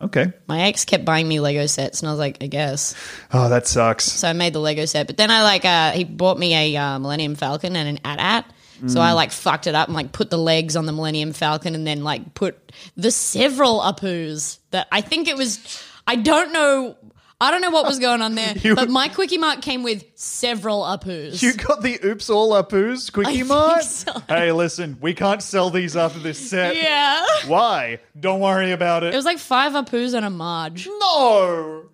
Speaker 4: Okay.
Speaker 5: My ex kept buying me Lego sets, and I was like, I guess.
Speaker 4: Oh, that sucks.
Speaker 5: So I made the Lego set, but then I like uh, he bought me a uh, Millennium Falcon and an AT-AT. So I like fucked it up and like put the legs on the Millennium Falcon and then like put the several Apu's that I think it was. I don't know. I don't know what was going on there, but my quickie mark came with several Apu's.
Speaker 4: You got the oops all up ooze quickie
Speaker 5: think
Speaker 4: mart?
Speaker 5: so.
Speaker 4: Hey, listen, we can't sell these after this set.
Speaker 5: yeah,
Speaker 4: Why? Don't worry about
Speaker 5: it was like five Apu's and a Marge,
Speaker 4: no.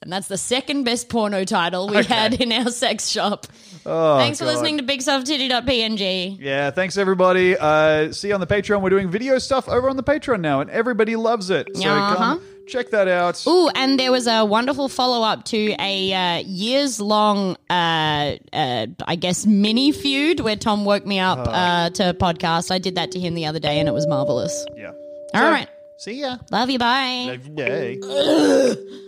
Speaker 5: and that's the second best porno title we had in our sex shop. Thanks for
Speaker 4: Oh, God.
Speaker 5: listening to BigSoftTitty.png.
Speaker 4: Yeah, thanks everybody. Uh, see you on the Patreon. We're doing video stuff over on the Patreon now, and everybody loves it. So
Speaker 5: Uh-huh.
Speaker 4: come check that out.
Speaker 5: Ooh, and there was a wonderful follow up to a uh, years long, uh, uh, I guess, mini feud where Tom woke me up uh, to a podcast. I did that to him the other day and it was marvelous.
Speaker 4: Yeah.
Speaker 5: All right.
Speaker 4: See ya.
Speaker 5: Love you. Bye.
Speaker 4: Bye.